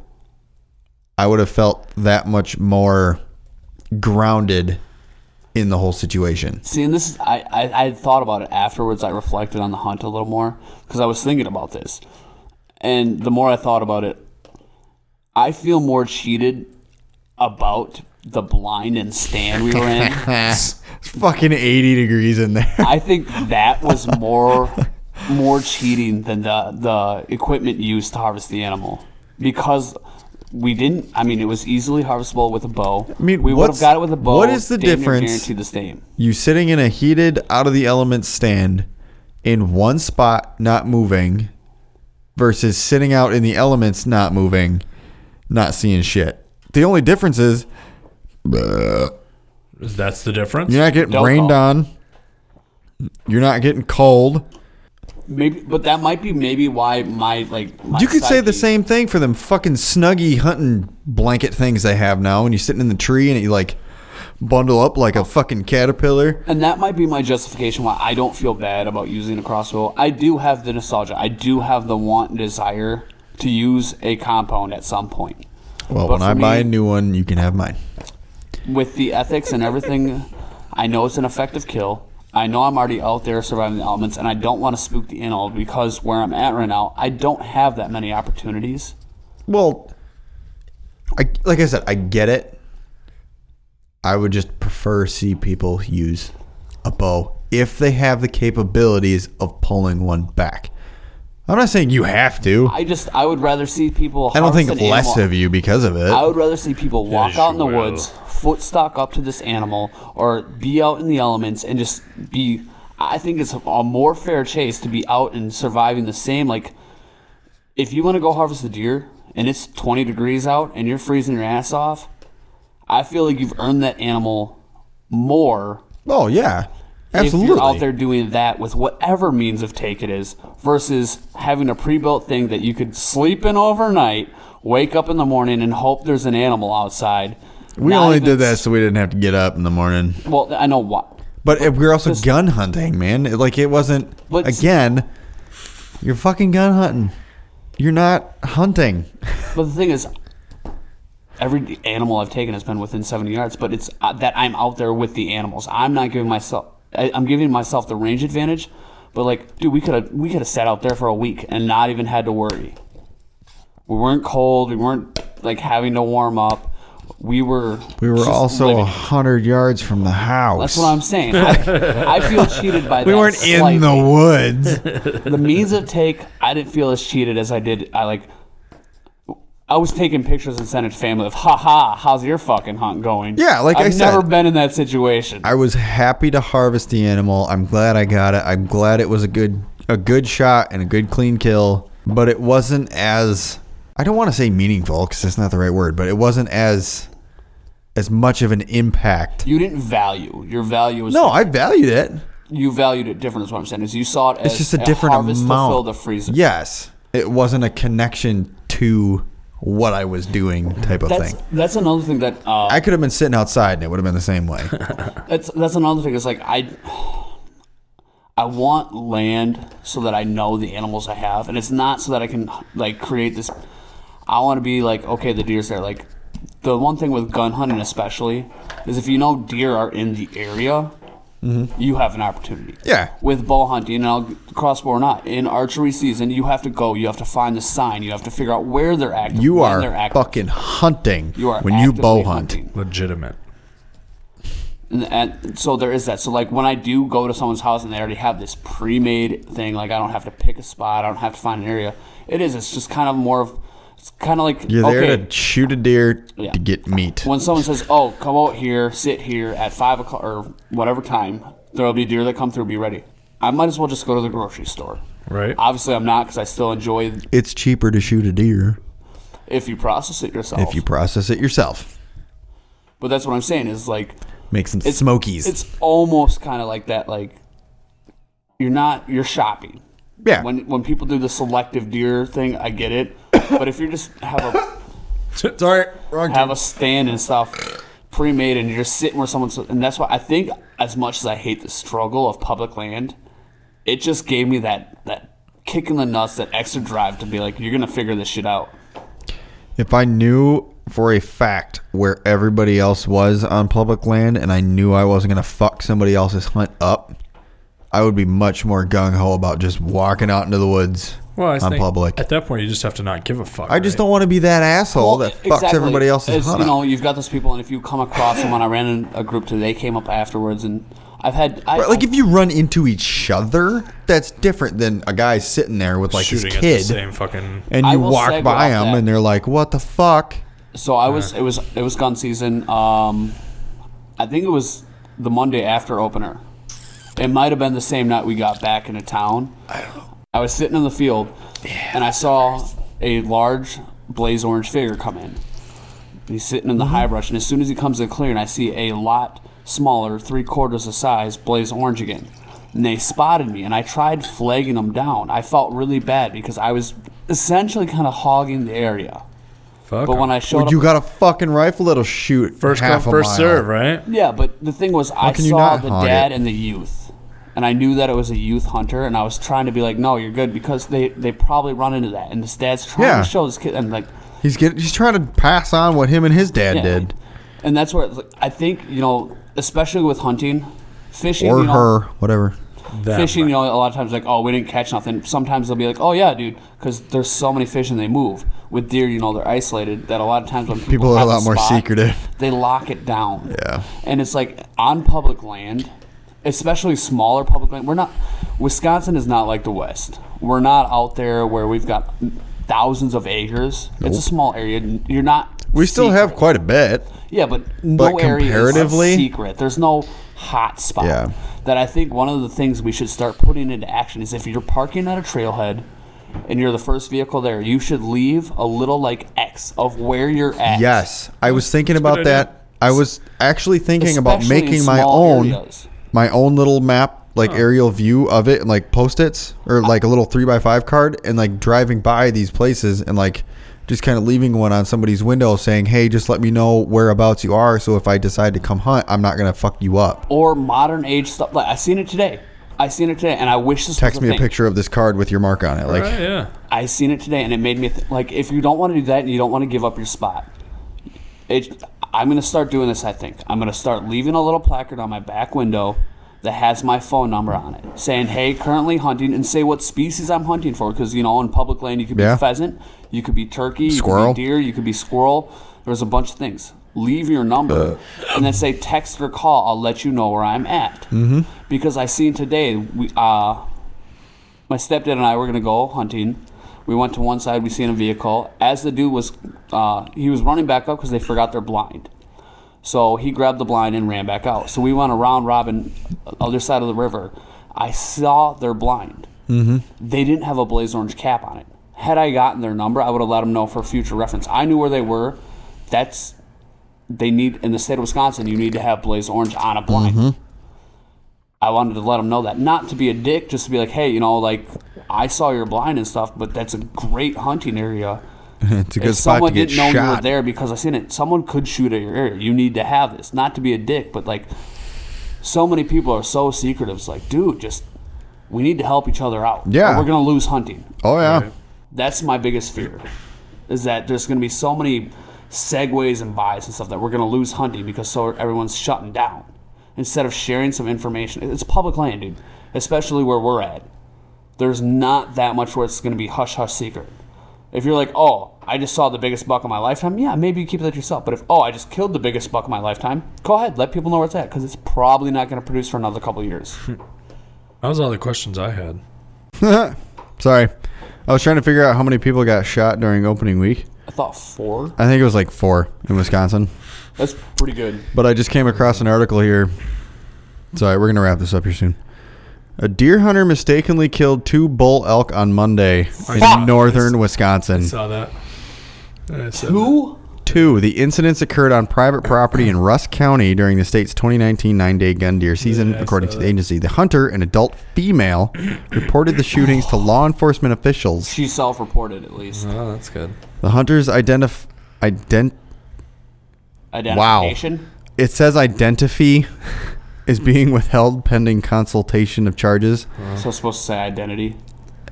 I would have felt that much more grounded in the whole situation.
See, and this is I, I, I had thought about it afterwards. I reflected on the hunt a little more because I was thinking about this, and the more I thought about it, I feel more cheated about the blind and stand we were in.
it's fucking eighty degrees in there.
I think that was more more cheating than the the equipment used to harvest the animal because we didn't. I mean, it was easily harvestable with a bow. I
mean,
we would have
what's-
got it with a bow.
what is the difference-
Guarantee the same.
You sitting in a heated, out of the element stand in one spot, not moving, versus sitting out in the elements, not moving, not seeing shit. The only difference is
that's the difference.
you're not getting
Don't
rained
call.
on, you're not getting cold.
Maybe, but that might be maybe why my like. My
you could say the
psyche-
same thing for them fucking snuggy hunting blanket things they have now, and you're sitting in the tree and you like bundle up like a fucking caterpillar.
And that might be my justification why I don't feel bad about using a crossbow. I do have the nostalgia. I do have the want and desire to use a compound at some point.
Well,
But
when I
for
buy
me-
a new one, you can have mine.
with the ethics and everything, I know it's an effective kill. I know I'm already out there surviving the elements, and I don't want to spook the animal because where I'm at right now, I don't have that many opportunities.
Well, I, like I said, I get it. I would just prefer see people use a bow if they have the capabilities of pulling one back. I'm not saying you have to.
I just I would rather see people.
I don't think
harvest an
less
animal.
of you because of it.
I would rather see people walk
you
out in the
will.
woods, footstock up to this animal, or be out in the elements and just be. I think it's a more fair chase to be out and surviving the same. Like, if you want to go harvest a deer and it's 20 degrees out and you're freezing your ass off, I feel like you've earned that animal more
oh yeah,
if you're out
absolutely.
there doing that with whatever means of take it is, versus having a pre-built thing that you could sleep in overnight, wake up in the morning, and hope there's an animal outside.
We
Not
only
even
did that
s-
so we didn't have to get up in the morning.
Well, I know why.
But if we're also gun hunting, man. It- Like it wasn't
But-
again. You're fucking gun hunting. You're not hunting.
But the thing is, every animal I've taken has been within 70 yards. But it's uh, that I'm out there with the animals. I'm not giving myself. I, I'm giving myself the range advantage. But like, dude, we could have we could have sat out there for a week and not even had to worry. We weren't cold. We weren't like having to warm up. We were.
We were
just
also a
living.
hundred yards from the house.
That's what I'm saying. I, I feel cheated by that.
We weren't in the woods.
the means of take. I didn't feel as cheated as I did. I like I was taking pictures and sending to family of, ha ha, how's your fucking hunt going?
Yeah, like I
I've never
said.
been in that situation.
I was happy to harvest the animal. I'm glad I got it. I'm glad it was a good a good shot and a good clean kill, but it wasn't as I don't want to say meaningful because that's not the right word, but it wasn't as as much of an impact.
you didn't value your value was
No, I valued it.
you valued it different. Is what I'm saying is you saw it as
It's just a different
harvest
amount.
to fill the freezer.
Yes, it wasn't a connection to what I was doing type of
that's
thing.
that's another thing that uh,
I could have been sitting outside and it would have been the same way.
that's that's another thing. It's like I I want land so that I know the animals I have, and it's not so that I can like create this. I want to be like okay, the deer's there. Like the one thing with gun hunting, especially, is if you know deer are in the area, you have an opportunity.
Mm-hmm. Yeah.
With bow hunting, and I'll crossbow or not, in archery season, you have to go. You have to find the sign. You have to figure out where they're active.
You
when
are
they're active.
fucking hunting
You are
when you bow
actively
hunt.
hunting.
Legitimate.
And, and so there is that. So like when I do go to someone's house and they already have this pre-made thing, like I don't have to pick a spot, I don't have to find an area. It is. It's just kind of more of. It's kind of like
You're there
okay,
to shoot a deer
Yeah.
to get meat.
when someone says, "Oh, come out here, sit here at five o'clock or whatever time," there'll be deer that come through. Be ready. I might as well just go to the grocery store.
Right.
Obviously, I'm not because I still enjoy
It's cheaper to shoot a deer
if you process it yourself.
if you process it yourself.
but that's what I'm saying is like
Make some
It's-
smokies.
It's almost kind of like that. Like you're not you're shopping.
yeah.
When when people do the selective deer thing, I get it. But if you just have a
Sorry, wrong
have a stand and stuff pre-made and you're just sitting where someone's and that's why I think as much as I hate the struggle of public land, it just gave me that that kick in the nuts, that extra drive to be like, you're gonna figure this shit out.
If I knew for a fact where everybody else was on public land and I knew I wasn't going to fuck somebody else's hunt up, I would be much more gung ho about just walking out into the woods
Well, I
on
think
public.
At that point, you just have to not give a fuck.
I just
right?
don't want to be that asshole
Well,
that fucks
exactly.
everybody else's
It's,
hunt
you know,
up.
you've got those people, and if you come across someone, I ran in a group today, came up afterwards, and I've had I,
But, like if you run into each other, that's different than a guy sitting there with like
shooting
his
at
kid.
the same fucking.
and
I
you
will
walk
segue
by
off
them
that.
and they're like, "What the fuck?"
So I was it was it was gun season. Um, I think it was the Monday after opener. It might have been the same night we got back into town. I don't know. I was sitting in the field, and I saw a large blaze orange figure come in. He's sitting in the high brush, and as soon as he comes to the clearing, I see a lot smaller, three quarters the size, blaze orange again. And they spotted me, and I tried flagging them down. I felt really bad because I was essentially kind of hogging the area.
Fuck.
But when I showed
Well,
up,
you got a fucking rifle that'll shoot
first come,
half a
first
mile.
serve, right?
Yeah, but the thing was, I
can you
saw
not
the
hog
dad
it?
and the youth, and I knew that it was a youth hunter, and I was trying to be like, "No, you're good," because they they probably run into that, and this dad's trying
Yeah.
to show this kid, and like,
He's getting, he's trying to pass on what him and his dad
yeah.
did,
and that's where it's like, I think you know, especially with hunting, fishing,
or
you know,
her, whatever.
Them.
fishing, you know, a lot of times like, oh, we didn't catch nothing. Sometimes they'll be like, oh yeah, dude, because there's so many fish and they move. With deer, you know, they're isolated. That a lot of times when people,
People are a
have
lot more
spot,
secretive.
they lock it down.
Yeah.
and it's like on public land, especially smaller public land. We're not. Wisconsin is not like the West. We're not out there where we've got thousands of acres. It's a small area. You're not.
We still have quite a bit.
Yeah, but no
comparatively-
area is secret. There's no hot spot.
Yeah.
That I think one of the things we should start putting into action is if you're parking at a trailhead and you're the first vehicle there, you should leave a little like X of where you're at.
Yes, I was thinking about
idea.
that. I was actually thinking about
Especially in
making my
small
own,
areas.
my own little map, like aerial view of it, and like post-its or like a little three by five card, and like driving by these places and like just kind of leaving one on somebody's window, saying, "Hey, just let me know whereabouts you are, so if I decide to come hunt, I'm not gonna fuck you up."
Or modern age stuff. Like I seen it today. I seen it today, and I wish this
Text
was a
me a
thing.
picture of this card with your mark on it, like.
Right, yeah.
I seen it today, and it made me th- like if you don't want to do that and you don't want to give up your spot, it. I'm gonna start doing this. I think I'm gonna start leaving a little placard on my back window that has my phone number on it, saying, "Hey, currently hunting," and say what species I'm hunting for, because you know in public land you could be
Yeah.
pheasant, you could be turkey, you
Squirrel.
could be deer, you could be squirrel. There's a bunch of things. Leave your number and then say text or call. I'll let you know where I'm at. Mm-hmm. Because I seen today, we uh, my stepdad and I were gonna go hunting. We went to one side. We seen a vehicle. As the dude was, uh, he was running back up because they forgot their blind. So he grabbed the blind and ran back out. So we went around robin, uh, other side of the river. I saw their blind. Mm-hmm. They didn't have a blaze orange cap on it. Had I gotten their number, I would have let them know for future reference. I knew where they were. That's they need in the state of Wisconsin. You need to have blaze orange on a blind. I wanted to let them know that, not to be a dick, just to be like, hey, you know, like I saw your blind and stuff, but that's a great hunting area.
It's a good
if
spot
someone
to get
didn't know you were
shot.
there because I seen it, someone could shoot at your ear. You need to have this, not to be a dick, but like, so many people are so secretive. It's like, dude, just we need to help each other out. or
Yeah.
we're gonna lose hunting.
Oh yeah.
That's my biggest fear, is that there's gonna be so many segues and buys and stuff that we're gonna lose hunting because so everyone's shutting down instead of sharing some information. It's public land, dude, especially where we're at. There's not that much where it's gonna be hush hush secret. If you're like, oh, I just saw the biggest buck of my lifetime, yeah, maybe you keep that to yourself. But if, oh, I just killed the biggest buck of my lifetime, go ahead, let people know where it's at because it's probably not going to produce for another couple years.
That was all the questions I had.
Sorry. I was trying to figure out how many people got shot during opening week.
I thought four.
I think it was like four in Wisconsin.
That's pretty good.
But I just came across an article here. Sorry, we're gonna wrap this up here soon. A deer hunter mistakenly killed two bull elk on Monday in northern Wisconsin.
Saw that. I said
Who?
Two, the incidents occurred on private property in Russ County during the state's 2019 nine-day gun deer season,
I
according
saw
to the agency. The hunter, an adult female, reported the shootings to law enforcement officials.
She self reported at least.
that. Oh, that's good.
The hunters identif ident
Identification.
it says identify is being withheld pending consultation of charges.
So it's supposed to say identity.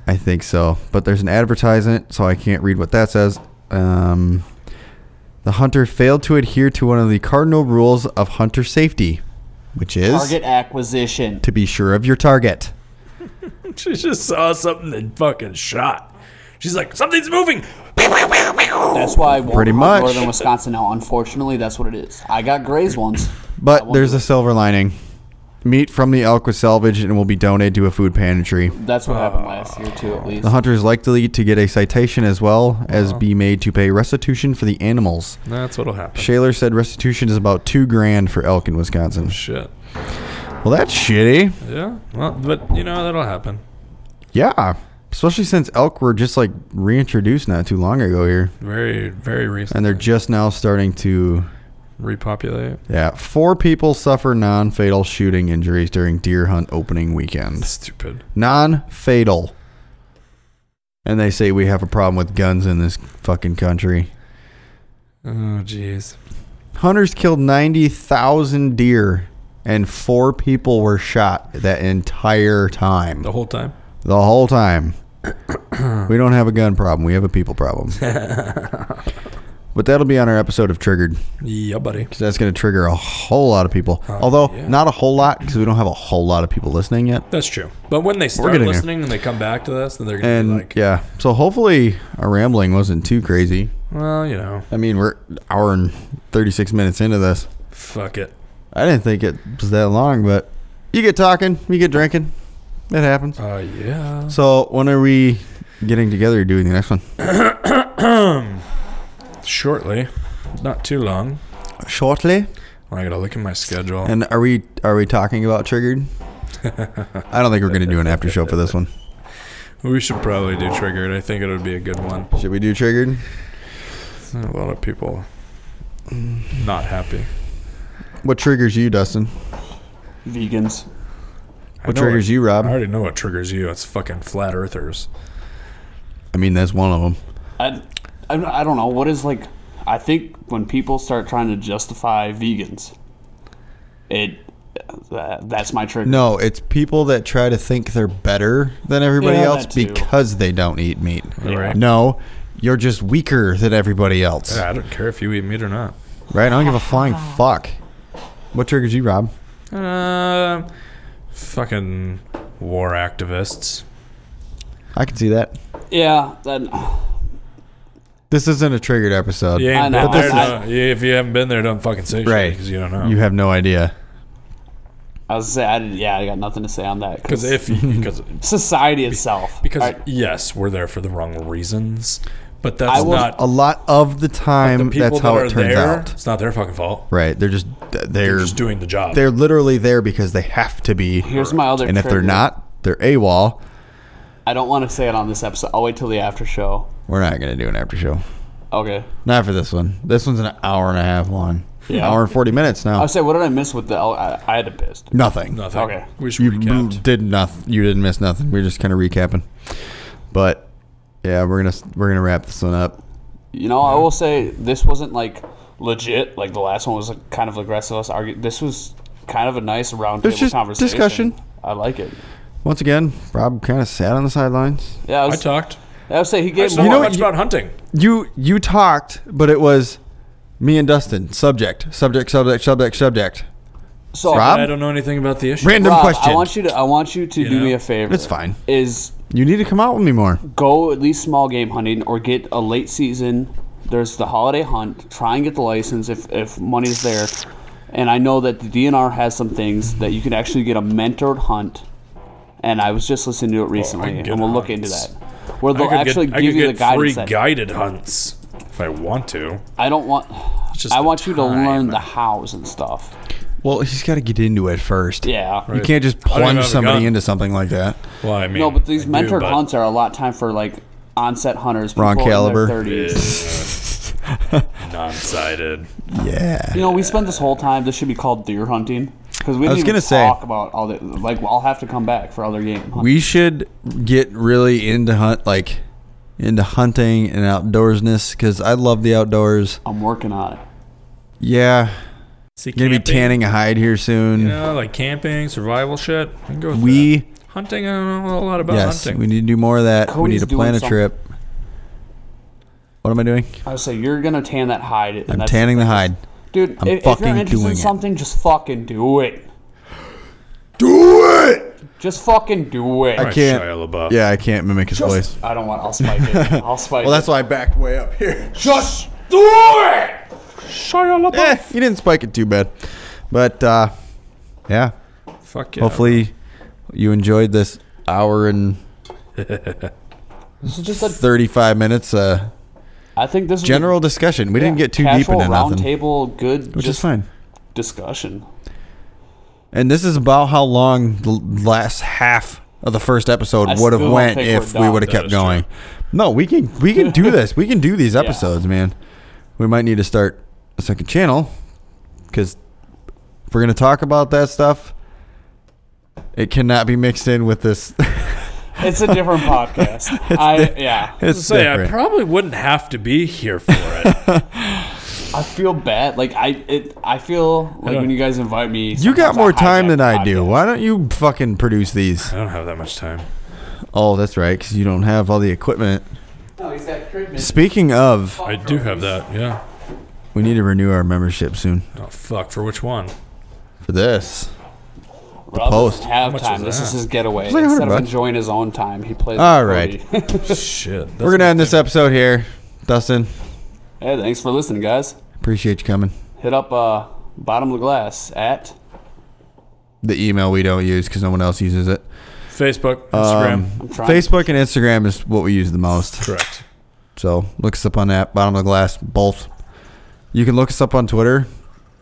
I think so, but there's an advertisement, so I can't read what that says. Um, the hunter failed to adhere to one of the cardinal rules of hunter safety, which is
Target acquisition.
to be sure of your target.
She just saw something and fucking shot. She's like, something's moving.
That's why I won't
Pretty
hunt
much.
Northern Wisconsin now. Unfortunately, that's what it is. I got grays once.
But
won't
there's
do
a silver lining. Meat from the elk was salvaged and will be donated to a food pantry.
That's what
Uh.
happened last year too, at least.
The hunter is likely to get a citation as well as be made to pay restitution for the animals.
That's what'll happen.
Shaler said restitution is about two grand for elk in Wisconsin.
Shit.
Well, that's shitty.
Yeah. Well, but you know that'll happen.
Yeah. Especially since elk were just like reintroduced not too long ago here.
Very, very recent.
And they're just now starting to.
repopulate.
Yeah. Four people suffer non fatal shooting injuries during deer hunt opening weekend.
Stupid.
Non fatal. And they say we have a problem with guns in this fucking country.
Oh, jeez.
Hunters killed 90,000 deer and four people were shot that entire time.
The whole time.
the whole time. we don't have a gun problem. We have a people problem. but that'll be on our episode of Triggered.
Yeah, buddy.
'cause that's going to trigger a whole lot of people. Although
Oh, yeah.
not a whole lot because we don't have a whole lot of people listening yet.
That's true. But when they start
getting there.
listening and they come back to this, then they're gonna
And
be like,
yeah, so hopefully our rambling wasn't too crazy.
well, you know,
I mean, we're an hour and 36 minutes into this.
fuck it.
I didn't think it was that long, but you get talking, you get drinking. It happens.
Uh, yeah.
So when are we getting together doing the next one?
Shortly, not too long.
Shortly.
I gotta look at my schedule.
And are we are we talking about triggered? I don't think we're gonna do an after show for this one.
we should probably do triggered. I think it would be a good one.
Should we do triggered?
A lot of people not happy.
What triggers you, Dustin?
Vegans.
I
What
know
triggers
it-
you, Rob?
I already know what triggers you. It's fucking flat earthers.
I mean, that's one of them.
I, I, I don't know what is like. I think when people start trying to justify vegans, it that, that's my trigger.
No, it's people that try to think they're better than everybody
Yeah,
else
that too.
because they don't eat meat.
Right.
No, you're just weaker than everybody else.
I don't care if you eat meat or not.
Right? I don't give a flying fuck. What triggers you, Rob?
Um, fucking war activists.
I can see that.
Yeah, then
This isn't a triggered episode.
You ain't
I know,
been there,
I-
don't- you- if you haven't been there, don't fucking say shit
Right.
because you don't know.
You have no idea.
I was say, I, didn't- yeah, I got nothing to say on that
Because if because
society itself,
because
All right,
yes, we're there for the wrong reasons, but that's
I will-
not
A lot of the
the
time,
people
that's how
that
it
are
turns
there,
out.
It's not their fucking fault.
Right? They're just th-
They're
they're
just doing the job.
they're literally there because they have to be.
here's my other.
and if they're
trivia.
not, they're AWOL.
I don't want to say it on this episode. I'll wait till the after show.
We're not gonna do an after show.
Okay.
Not for this one. This one's an hour and a half long.
Yeah.
Hour and forty minutes now.
I say, what did I miss with the? Oh, I, I had a pissed.
Nothing.
Nothing.
Okay.
We should
You
recap.
did nothing. You didn't miss nothing. We are just kind of recapping. But yeah, we're gonna we're gonna wrap this one up.
You know, I will say this wasn't like legit. Like the last one was like, kind of aggressive. Us argue. This was kind of a nice roundtable
It's just
conversation.
discussion.
I like it.
Once again, Rob kind of sat on the sidelines.
Yeah, I,
I
was, I,
talked.
would say he
I
gave.
just
more.
don't know much about hunting.
You you talked, but it was me and Dustin. Subject, subject, subject, subject, subject.
so,
Rob?
I don't know anything about the issue.
Random
Rob,
question.
I want you to. I want you to do
know?
me a favor.
It's fine.
Is
You need to come out with me more.
go at least small game hunting or get a late season. There's the holiday hunt. Try and get the license if, if money's there. And I know that the DNR has some things that you can actually get a mentored hunt. And I was just listening to it recently,
can
and
get
we'll look into
hunts.
that. Where
I
they'll
could
actually
get, I
give
could
you the
get free
guidance. that-
guided hunts if I want to.
I don't want.
just
I
the
want you to learn
time.
the hows and stuff.
Well, he's got to get into it first.
Yeah.
You can't just
I don't even
plunge
have a
somebody
gun.
into something like that.
Well, I mean,
No, but these
I do,
mentored
but-
hunts are a lot of time for like onset hunters. People
Wrong caliber.
In their 30s.
uh, non-sided.
Yeah.
You know, we spent this whole time. This should be called deer hunting because we didn't
I was
even
gonna say-
talk about all the. Like, I'll have to come back for other game. hunting.
We should get really into hunt, like into hunting and outdoorsness, because I love the outdoors.
I'm working on it.
Yeah,
See,
gonna be tanning a hide here soon.
You know, like camping, survival shit. I can go with
we
that. hunting. I don't know a lot about
yes,
hunting.
we need to do more of that. we
Cody's
need to
doing
plan a
something.
trip. What am I doing?
I would say you're gonna tan that hide. And
I'm
that's
tanning the hide.
dude. if- if,
fucking
you're interested
doing
in
it.
something, just fucking do it.
Do it.
Just fucking do it.
I can't.
Shia LaBeouf.
Yeah, I can't mimic his voice.
I don't want. I'll spike it. I'll spike
Well,
it.
that's why I backed way up here.
Just do it.
Eh, you didn't spike it too bad, but uh, yeah.
Fuck yeah.
Hopefully, you enjoyed this hour and
This is just a.
thirty-five minutes. Uh,
I think this is
general discussion. We
A,
didn't get too deep
casual
into
round
nothing,
table. Good.
which
just
is fine.
Discussion.
And this is about how long the last half of the first episode
I
would have
still don't
went
think
if
we're
we
done.
would have
That
kept
is true.
going. No, we can we can do this. We can do these episodes, man. We might need to start a second channel because if we're gonna talk about that stuff, it cannot be mixed in with this.
It's a different podcast. I yeah.
it's
say I
different.
probably wouldn't have to be here for it.
I feel bad. Like I, it, I feel like
don't-
when you guys invite me,
you got
sometimes
more
hijack
time than
the
I do.
podcast.
Why don't you fucking produce these?
I don't have that much time.
Oh, that's right, because you don't have all the equipment.
No, he's got Cribbins.
Speaking of,
I do have that. Yeah.
we need to renew our membership soon
Oh fuck. For which one?
for this.
Rob
post.
doesn't have
much
time.
was
This is
that?
his getaway.
like a
Instead
hundred
of
bucks.
enjoying his own time, he plays.
All
with Cody.
Shit.
We're gonna end this episode here, Dustin.
hey, thanks for listening, guys.
Appreciate you coming.
Hit up uh, bottom of the glass at
The email we don't use because no one else uses it.
Facebook, Instagram.
Um,
I'm trying-
Facebook and Instagram is what we use the most.
Correct.
So look us up on that. Bottom of the glass, both. You can look us up on Twitter.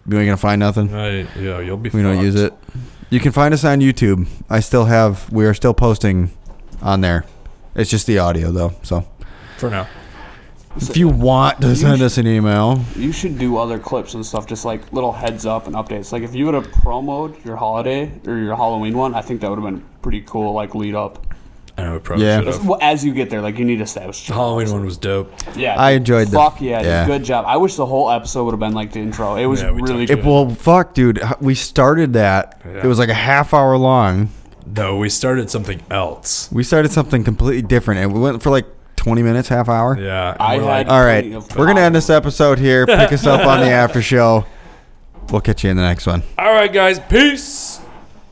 You ain't gonna find nothing.
I, yeah, you'll be.
We don't use it. You can find us on YouTube. I still have. We are still posting on there. It's just the audio though. So
for now.
if you want to send us an email,
You should do other clips and stuff, just like little heads up and updates. Like if you would have promoted your holiday or your Halloween one, I think that would have been pretty cool. Like lead up
I know. Probably
Yeah.
should have.
well, as you get there, like you need to establish.
The Halloween one was dope.
Yeah,
Uh-huh. I enjoyed the-
Fuck yeah, dude,
yeah.
good job. I wish the whole episode would have been like the intro. It was
Yeah, we
really
talked
it,
good.
well, fuck, dude. h- We started that. It was like a half hour long.
No, we started something else.
We started something completely different, and we went for like 20 minutes, half hour.
Yeah. and
I
we're
had-
All right,
Plenty of
we're gonna
time.
end this episode here. Pick us up on the after show. We'll catch you in the next one.
All right, guys. Peace.